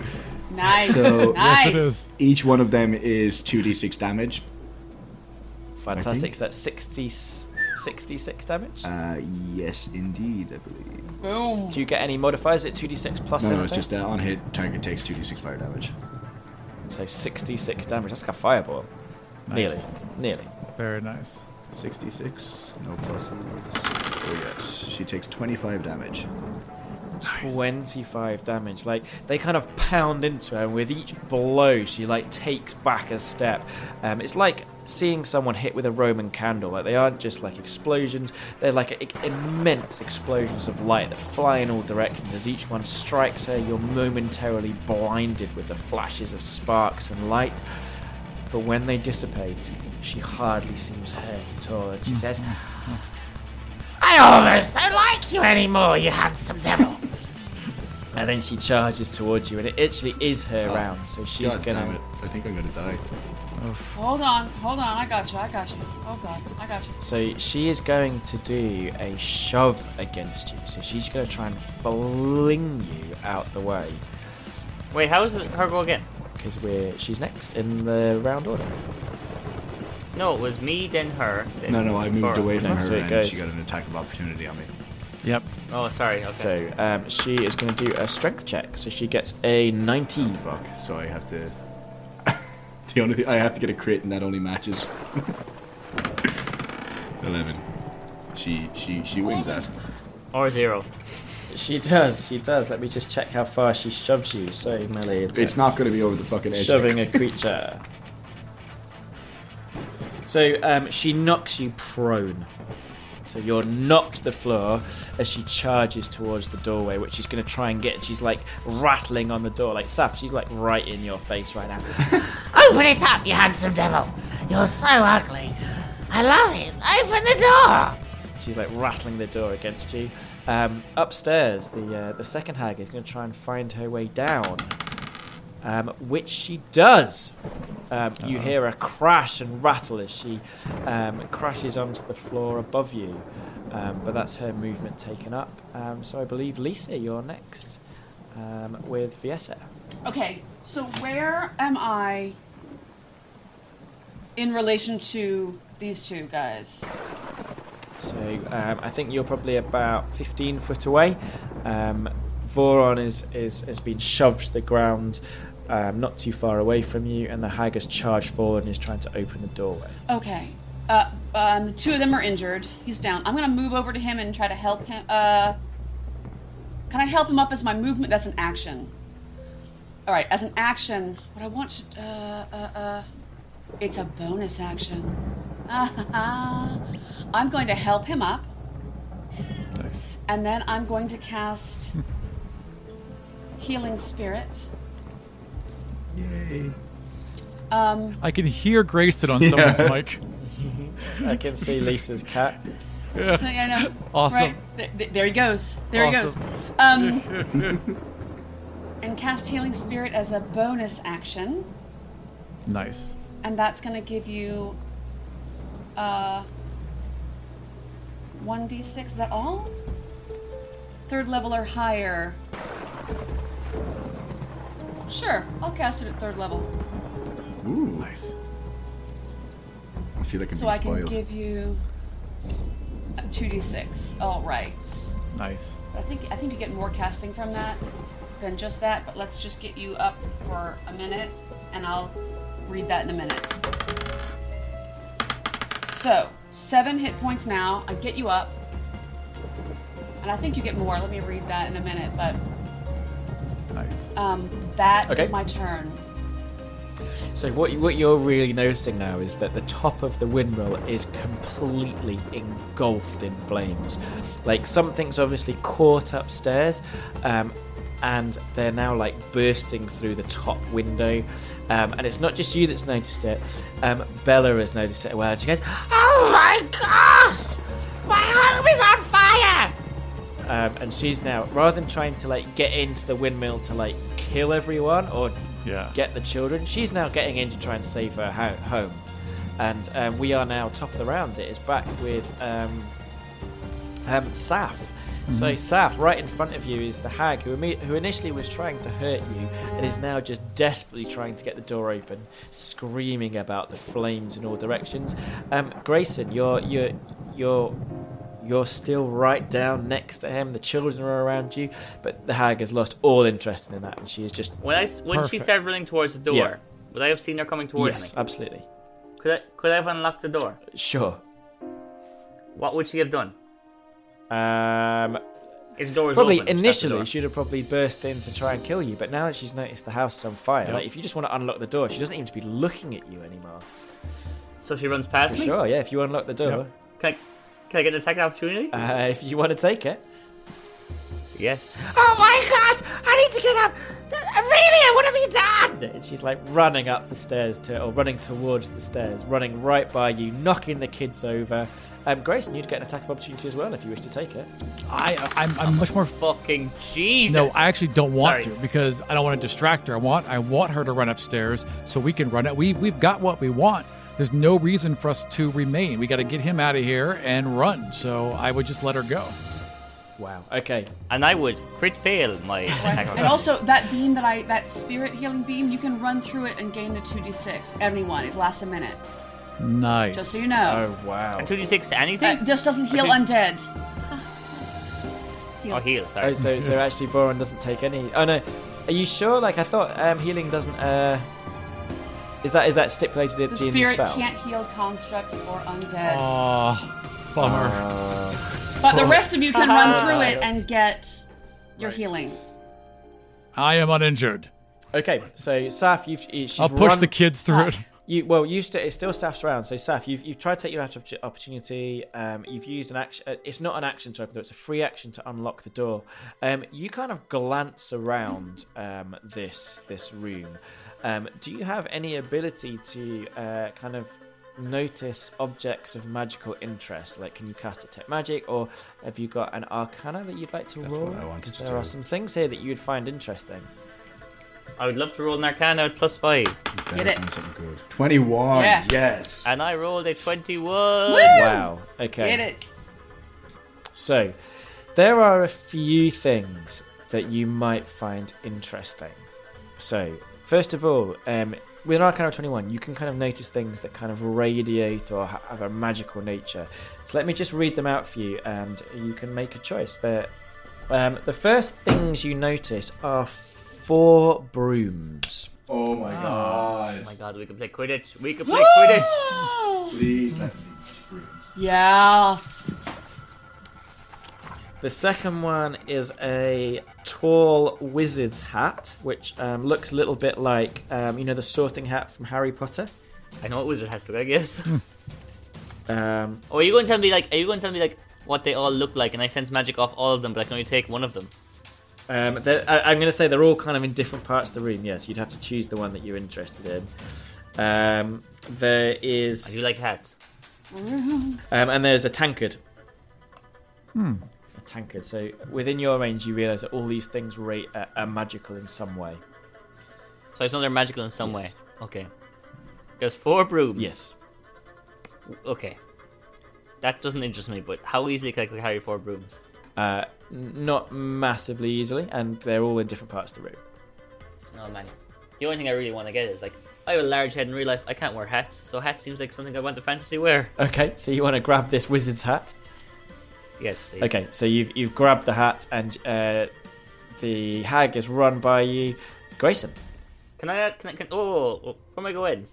Speaker 6: Nice.
Speaker 5: So
Speaker 6: Yes, it Nice. is.
Speaker 5: each one of them is 2d6 damage.
Speaker 4: Fantastic. So that's 60, 66 damage.
Speaker 5: Uh, yes, indeed, I believe.
Speaker 6: Boom.
Speaker 4: Do you get any modifiers? Is it 2d6 plus
Speaker 5: no, no,
Speaker 4: anything?
Speaker 5: it's just uh, on hit, target takes 2d6 fire damage.
Speaker 4: So 66 damage. That's like a fireball.
Speaker 5: Nice.
Speaker 4: Nearly. Nearly.
Speaker 3: Very nice.
Speaker 5: 66, no plus and minus. Oh, yes. She takes 25 damage.
Speaker 4: 25 damage. Like they kind of pound into her, and with each blow, she like takes back a step. Um, it's like seeing someone hit with a Roman candle. Like they aren't just like explosions; they're like i- immense explosions of light that fly in all directions. As each one strikes her, you're momentarily blinded with the flashes of sparks and light. But when they dissipate, she hardly seems hurt at all, and she says,
Speaker 5: Mm-hmm.
Speaker 7: I almost don't like you anymore, you handsome devil.
Speaker 4: and then she charges towards you, and it actually is her
Speaker 5: Oh,
Speaker 4: round, so she's
Speaker 5: God
Speaker 4: gonna.
Speaker 5: damn it. I think I'm gonna die.
Speaker 6: Hold on, hold on. I got you. I got you. Oh god, I got you.
Speaker 4: So she is going to do a shove against you. So she's going to try and fling you out the way
Speaker 2: Wait, how is it her go again?
Speaker 4: because we're she's next in the round order.
Speaker 2: No, it was me, then her. Then
Speaker 5: No, no, I moved
Speaker 2: Laura.
Speaker 5: away from
Speaker 4: No,
Speaker 5: her
Speaker 4: so it
Speaker 5: and
Speaker 4: goes.
Speaker 5: she got an attack of opportunity on me.
Speaker 3: Yep.
Speaker 2: Oh, sorry. Okay.
Speaker 4: So um, she is going to do a strength check. So she gets a 19.
Speaker 5: Oh, Fuck. So I have to. the only thing, I have to get a crit, and that only matches. Eleven. She she she wins that.
Speaker 2: Or zero.
Speaker 4: She does. She does. Let me just check how far she shoves you. So melee.
Speaker 5: It's not going to be over the fucking edge.
Speaker 4: shoving a creature. So um, she knocks you prone. So you're knocked to the floor as she charges towards the doorway, which she's going to try and get. She's like rattling on the door, like sap. She's like right in your face right now.
Speaker 7: Open it up, you handsome devil. You're so ugly. I love it. Open the door.
Speaker 4: She's like rattling the door against you. Um, upstairs, the uh, the second hag is going to try and find her way down, um, which she does. Um, you hear a crash and rattle as she um, crashes onto the floor above you, um, but that's her movement taken up. Um, so I believe Lisa, you're next um, with Viesa.
Speaker 6: Okay, so where am I in relation to these two guys?
Speaker 4: So um, I think you're probably about 15 foot away. Um, Voron is, is has been shoved to the ground, um, not too far away from you, and the hag has charged forward and is trying to open the doorway.
Speaker 6: Okay. Uh, um, the two of them are injured. He's down. I'm gonna move over to him and try to help him. Uh, can I help him up as my movement? That's an action. All right, as an action, what I want to, uh, uh, uh, it's a bonus action. I'm going to help him up,
Speaker 3: Nice.
Speaker 6: and then I'm going to cast healing spirit.
Speaker 5: Yay.
Speaker 6: Um,
Speaker 3: I can hear Grayson on someone's mic.
Speaker 4: I can see Lisa's cat.
Speaker 6: so, you know,
Speaker 3: Awesome.
Speaker 6: Right, th- th- there he goes. There
Speaker 3: Awesome.
Speaker 6: he goes. Um, and cast Healing Spirit as a bonus action,
Speaker 3: Nice.
Speaker 6: and that's going to give you uh, 1d6. Is that all? Third level or higher. Sure, I'll cast it at third level.
Speaker 5: Ooh.
Speaker 3: Nice.
Speaker 5: I feel like I'm
Speaker 6: so
Speaker 5: being
Speaker 6: I can
Speaker 5: spoiled.
Speaker 6: give you uh, 2d6. All right.
Speaker 3: Nice.
Speaker 6: I think I think you get more casting from that than just that, but let's just get you up for a minute and I'll read that in a minute. So, seven hit points now. I get you up. And I think you get more. Let me read that in a minute, but
Speaker 3: Nice.
Speaker 6: um, that is
Speaker 4: Okay.
Speaker 6: my turn.
Speaker 4: So what you, what you're really noticing now is that the top of the windmill is completely engulfed in flames. Like something's obviously caught upstairs, um, and they're now like bursting through the top window. Um, and it's not just you that's noticed it. Um, Bella has noticed it as well. She goes,
Speaker 7: Oh my gosh. My home is on fire!
Speaker 4: Um, and she's now rather than trying to like get into the windmill to like kill everyone or
Speaker 11: Yeah.
Speaker 4: get the children, she's now getting in to try and save her ho- home. And um, we are now top of the round. It is back with um, um, Saf. So
Speaker 12: Mhm.
Speaker 4: Saf, right in front of you is the hag who, imme- who initially was trying to hurt you and is now just desperately trying to get the door open, screaming about the flames in all directions. Um, Grayson, you're you're you're you're still right down next to him. The children are around you, but the hag has lost all interest in that, and she is just
Speaker 2: When I s- when she
Speaker 4: Perfect.
Speaker 2: started running towards the door,
Speaker 4: Yeah.
Speaker 2: would I have seen her coming towards
Speaker 4: yes,
Speaker 2: me?
Speaker 4: absolutely
Speaker 2: Could I could I have unlocked the door?
Speaker 4: sure.
Speaker 2: What would she have done?
Speaker 4: Um,
Speaker 2: If the door was
Speaker 4: probably
Speaker 2: open, that's the
Speaker 4: initially
Speaker 2: door.
Speaker 4: she'd have probably burst in to try and kill you, but now that she's noticed the house is on fire,
Speaker 2: Yep.
Speaker 4: like if you just want to unlock the door, she doesn't even be looking at you anymore.
Speaker 2: So she runs past
Speaker 4: For
Speaker 2: me.
Speaker 4: sure, yeah. If you unlock the door,
Speaker 2: Can I, can I get an attack opportunity?
Speaker 4: uh, if you want to take it,
Speaker 2: yes.
Speaker 7: Oh my gosh! I need to get up! Um, Amelia, what have you done?
Speaker 4: And she's like running up the stairs to, or running towards the stairs, running right by you, knocking the kids over. Um, Grayson, you'd get an attack of opportunity as well if you wish to take it.
Speaker 3: I, I'm, I'm much more
Speaker 2: fucking Jesus.
Speaker 3: No, I actually don't want
Speaker 2: Sorry.
Speaker 3: to because I don't want to distract her. I want I want her to run upstairs so we can run out. We we've got what we want. There's no reason for us to remain. We got to get him out of here and run. So I would just let her go.
Speaker 4: Wow. Okay.
Speaker 2: And I would crit fail my attack
Speaker 6: And also that beam that I that spirit healing beam, you can run through it and gain the two d six. Anyone, it lasts a minute.
Speaker 3: Nice.
Speaker 6: Just so you know.
Speaker 4: Oh wow.
Speaker 2: And two d six to anything.
Speaker 6: That just doesn't heal
Speaker 2: Okay.
Speaker 6: undead. Uh,
Speaker 2: Or heal. Sorry.
Speaker 4: Oh, so so actually, Voron doesn't take any. Oh no, are you sure? Like I thought, um, healing doesn't. Uh, is that is that stipulated in
Speaker 6: The
Speaker 4: the
Speaker 6: spirit
Speaker 4: spell?
Speaker 6: can't heal constructs or undead.
Speaker 3: Oh, Aw, bummer.
Speaker 6: but the rest of you can run
Speaker 3: Ah.
Speaker 6: through it and get your healing.
Speaker 3: I am uninjured.
Speaker 4: Okay, so Saf, you've you- she's
Speaker 3: I'll push
Speaker 4: run-
Speaker 3: the kids through it.
Speaker 4: You well, you st- it's still Saf's round. So Saf, you've you've tried to take your out of opportunity. Um, you've used an action. Uh, it's not an action to open the door. It's a free action to unlock the door. Um, you kind of glance around um, this this room. Um, do you have any ability to uh, kind of notice objects of magical interest? Like, can you cast detect magic, or have you got an arcana that you'd like to roll?
Speaker 5: what I wanted
Speaker 4: Because
Speaker 5: to
Speaker 4: there
Speaker 5: do.
Speaker 4: are some things here that you'd find interesting.
Speaker 2: I would love to roll an Arcana at plus five.
Speaker 6: Get it.
Speaker 5: Good. 21.
Speaker 6: Yeah.
Speaker 5: Yes.
Speaker 2: And I rolled a twenty-one.
Speaker 4: Wow. Okay.
Speaker 6: Get it.
Speaker 4: So, there are a few things that you might find interesting. So, first of all, um, with an Arcana 21, you can kind of notice things that kind of radiate or ha- have a magical nature. So, let me just read them out for you, and you can make a choice. There, um, the first things you notice are four brooms.
Speaker 5: Oh my god.
Speaker 2: Oh my god, we can play Quidditch. We can play Quidditch.
Speaker 5: Please let me.
Speaker 6: Yes.
Speaker 4: The second one is a tall wizard's hat, which um, looks a little bit like um, you know the sorting hat from Harry Potter.
Speaker 2: I know what wizard has to look, I guess.
Speaker 4: Hmm. Um,
Speaker 2: Or are you going to tell me like? Are you going to tell me like what they all look like? And I sense magic off all of them, but I can only take one of them.
Speaker 4: um, they're- I, I'm going to say they're all kind of in different parts of the room. Yes, you'd have to choose the one that you're interested in. Um, there is.
Speaker 2: I do like hats.
Speaker 4: Um, and there's a tankard.
Speaker 3: Hmm.
Speaker 4: A tankard. So within your range, you realise that all these things rate, uh, are magical in some way.
Speaker 2: So I just know they're magical in some
Speaker 4: Yes.
Speaker 2: way. Okay. There's four brooms.
Speaker 4: Yes.
Speaker 2: Okay. That doesn't interest me, but how easily can I carry four brooms?
Speaker 4: Uh, n- not massively easily, and they're all in different parts of the room.
Speaker 2: Oh man. The only thing I really want to get is like I have a large head in real life. I can't wear hats, so hat seems like something I want to fantasy wear.
Speaker 4: Okay, so you want to grab this wizard's hat?
Speaker 2: Yes. Please.
Speaker 4: Okay, so you've you've grabbed the hat, and uh, the hag is run by you, Grayson.
Speaker 2: Can I? Can I? Can, oh, oh, where am I going?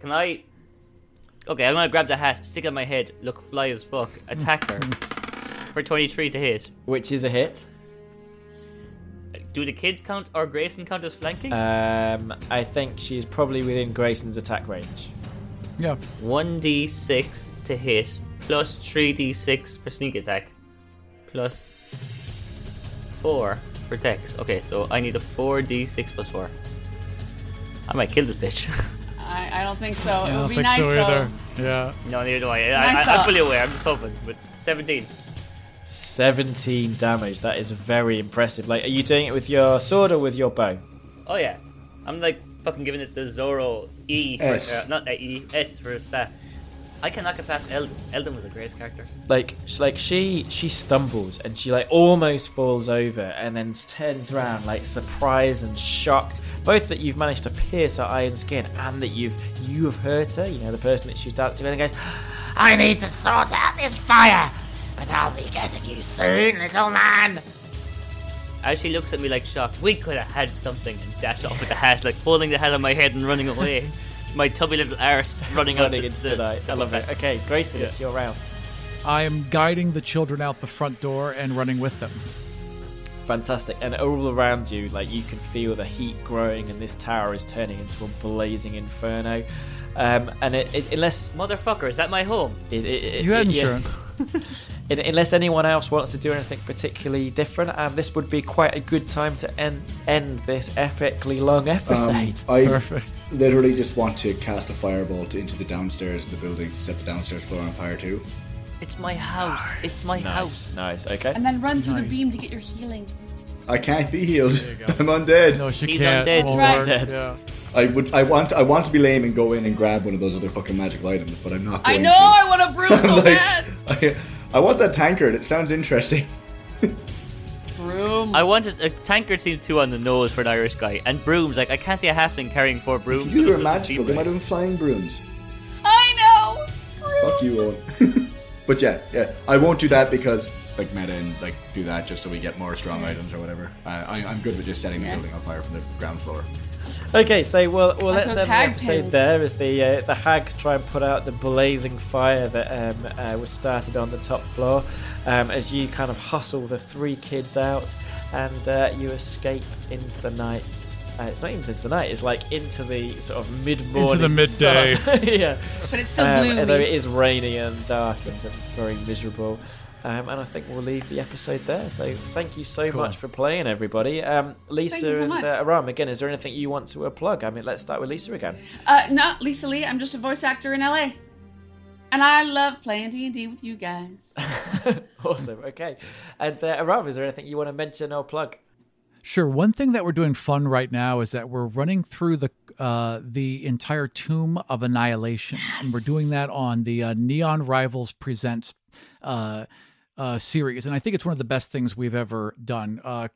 Speaker 2: Can I? Okay, I'm gonna grab the hat, stick it on my head, look fly as fuck, attack her for 23 to hit.
Speaker 4: Which is a hit.
Speaker 2: Do the kids count or Grayson count as flanking?
Speaker 4: Um, I think she's probably within Grayson's attack range.
Speaker 3: Yeah.
Speaker 2: 1d6 to hit, plus 3d6 for sneak attack, plus 4 for dex. Okay, so I need a 4d6 plus 4. I might kill this bitch.
Speaker 6: I, I don't think so.
Speaker 3: I
Speaker 6: it
Speaker 3: don't
Speaker 6: would be
Speaker 3: think
Speaker 6: nice
Speaker 3: so
Speaker 6: though.
Speaker 3: either. Yeah.
Speaker 2: No, neither do I.
Speaker 6: a
Speaker 2: I,
Speaker 6: nice
Speaker 2: I, I'm
Speaker 6: thought.
Speaker 2: fully aware. I'm just hoping. But 17.
Speaker 4: 17 damage. That is very impressive. Like, are you doing it with your sword or with your bow?
Speaker 2: Oh yeah, I'm like fucking giving it the Zoro E. For,
Speaker 4: S.
Speaker 2: Uh, not uh, E. S for Sa. I cannot get past Eldon. Eldon was the greatest character.
Speaker 4: Like, sh- like she she stumbles and she like almost falls over and then s- turns around like surprised and shocked, both that you've managed to pierce her iron skin and that you've you have hurt her. You know the person that she's dancing with and goes,
Speaker 7: I need to sort out this fire, but I'll be getting you soon, little man.
Speaker 2: As she looks at me like shocked, we could have had something and dash off with the hat, like pulling the hat on my head and running away. my tubby little arse running out
Speaker 4: Running
Speaker 2: into the. night. I love it.
Speaker 4: Okay, Grayson, it's your round.
Speaker 3: I am guiding the children out the front door and running with them.
Speaker 4: Fantastic. And all around you, like you can feel the heat growing, and this tower is turning into a blazing inferno. Um, and it is unless
Speaker 2: motherfucker, is that my home?
Speaker 4: It, it, it,
Speaker 3: You had
Speaker 4: it- yeah.
Speaker 3: insurance.
Speaker 4: Un- unless anyone else wants to do anything particularly different, um, this would be quite a good time to end end this epically long episode.
Speaker 5: Um,
Speaker 3: uh,
Speaker 5: I literally just want to cast a firebolt into the downstairs of the building to set the downstairs floor on fire too.
Speaker 13: It's my house. It's my house.
Speaker 4: Nice. Okay.
Speaker 6: And then run through the beam to get your healing.
Speaker 5: I can't be healed. I'm undead.
Speaker 3: No, Oh, she
Speaker 2: He's
Speaker 3: can't.
Speaker 2: undead.
Speaker 3: Won't
Speaker 6: Right.
Speaker 3: work.
Speaker 4: Dead.
Speaker 3: Yeah.
Speaker 5: I would. I want. I want to be lame and go in and grab one of those other fucking magical items, but I'm not.
Speaker 6: I
Speaker 5: Going
Speaker 6: know I want a broom
Speaker 5: To.
Speaker 6: so
Speaker 5: Like,
Speaker 6: bad.
Speaker 5: I, I want that tankard. It sounds interesting.
Speaker 6: Broom.
Speaker 2: I wanted a tankard seemed too on the nose for an Irish guy, and brooms. Like I can't see a halfling carrying four brooms. so
Speaker 5: You
Speaker 2: this
Speaker 5: are
Speaker 2: doesn't
Speaker 5: magical.
Speaker 2: seem
Speaker 5: They
Speaker 2: right.
Speaker 5: might have been flying brooms.
Speaker 6: I know.
Speaker 5: Fuck you, Owen. but yeah, yeah. I won't do that because like meta and like do that just so we get more strong items or whatever. I, I, I'm good with just setting the building on fire from the ground floor.
Speaker 4: Okay, so well, well,
Speaker 6: Like
Speaker 4: let's
Speaker 6: those
Speaker 4: end the
Speaker 6: hag
Speaker 4: episode
Speaker 6: pins.
Speaker 4: there as the uh, the hags try and put out the blazing fire that um, uh, was started on the top floor. Um, as you kind of hustle the three kids out, and uh, you escape into the night. Uh, it's not even into the night; it's like into the sort of mid morning.
Speaker 3: Into the midday.
Speaker 4: yeah,
Speaker 6: But it's still
Speaker 4: um, although it
Speaker 6: gloomy.
Speaker 4: is rainy and dark and uh, very miserable. Um, and I think we'll leave the episode there. So thank you so much for playing, everybody. Um, Lisa
Speaker 6: you so
Speaker 4: and
Speaker 6: much.
Speaker 4: uh, Aram, again, is there anything you want to uh, plug? I mean, let's start with Lisa again.
Speaker 6: Uh, not Lisa Lee. I'm just a voice actor in LA, and I love playing D and D with you guys.
Speaker 4: awesome. Okay. And uh, Aram, is there anything you want to mention or plug?
Speaker 3: Sure. One thing that we're doing fun right now is that we're running through the uh, the entire Tomb of Annihilation, and we're doing that on the uh, Neon Rivals Presents uh, uh, series, and I think it's one of the best things we've ever done. Uh,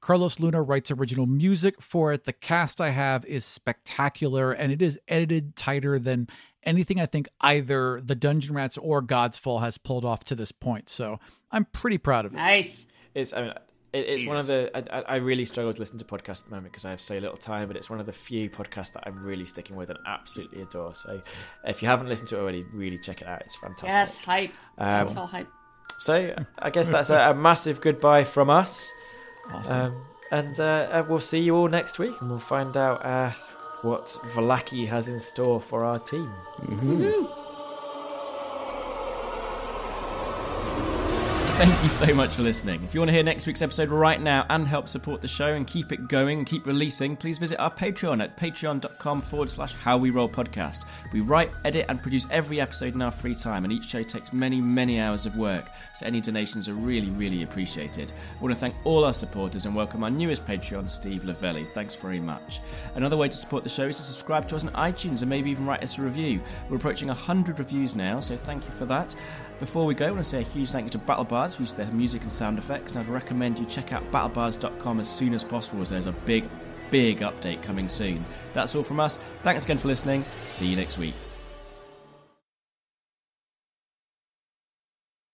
Speaker 3: Carlos Luna writes original music for it. The cast I have is spectacular, and it is edited tighter than anything I think either the Dungeon Rats or God's Fall has pulled off to this point. So I'm pretty proud of it.
Speaker 6: Nice.
Speaker 4: It's I mean, it, it's one of the I, I- I really struggle to listen to podcasts at the moment because I have so little time, but it's one of the few podcasts that I'm really sticking with and absolutely adore. So if you haven't listened to it already, really check it out. It's fantastic.
Speaker 6: Yes, hype. That's
Speaker 4: Um,
Speaker 6: all hype.
Speaker 4: So I guess that's a, a massive goodbye from us. Um, and uh, uh, we'll see you all next week and we'll find out uh, what Valaki has in store for our team.
Speaker 14: Thank you so much for listening. If you want to hear next week's episode right now and help support the show and keep it going and keep releasing, please visit our Patreon at patreon.com forward slash how we roll podcast. We write, edit, and produce every episode in our free time, and each show takes many, many hours of work, so any donations are really, really appreciated. I want to thank all our supporters and welcome our newest Patreon, Steve Lavelli. Thanks very much. Another way to support the show is to subscribe to us on iTunes and maybe even write us a review. We're approaching 100 reviews now, so thank you for that. Before we go, I want to say a huge thank you to Battle Bards for use of their music and sound effects, and I'd recommend you check out battlebards.com as soon as possible as there's a big, big update coming soon. That's all from us. Thanks again for listening. See you next week.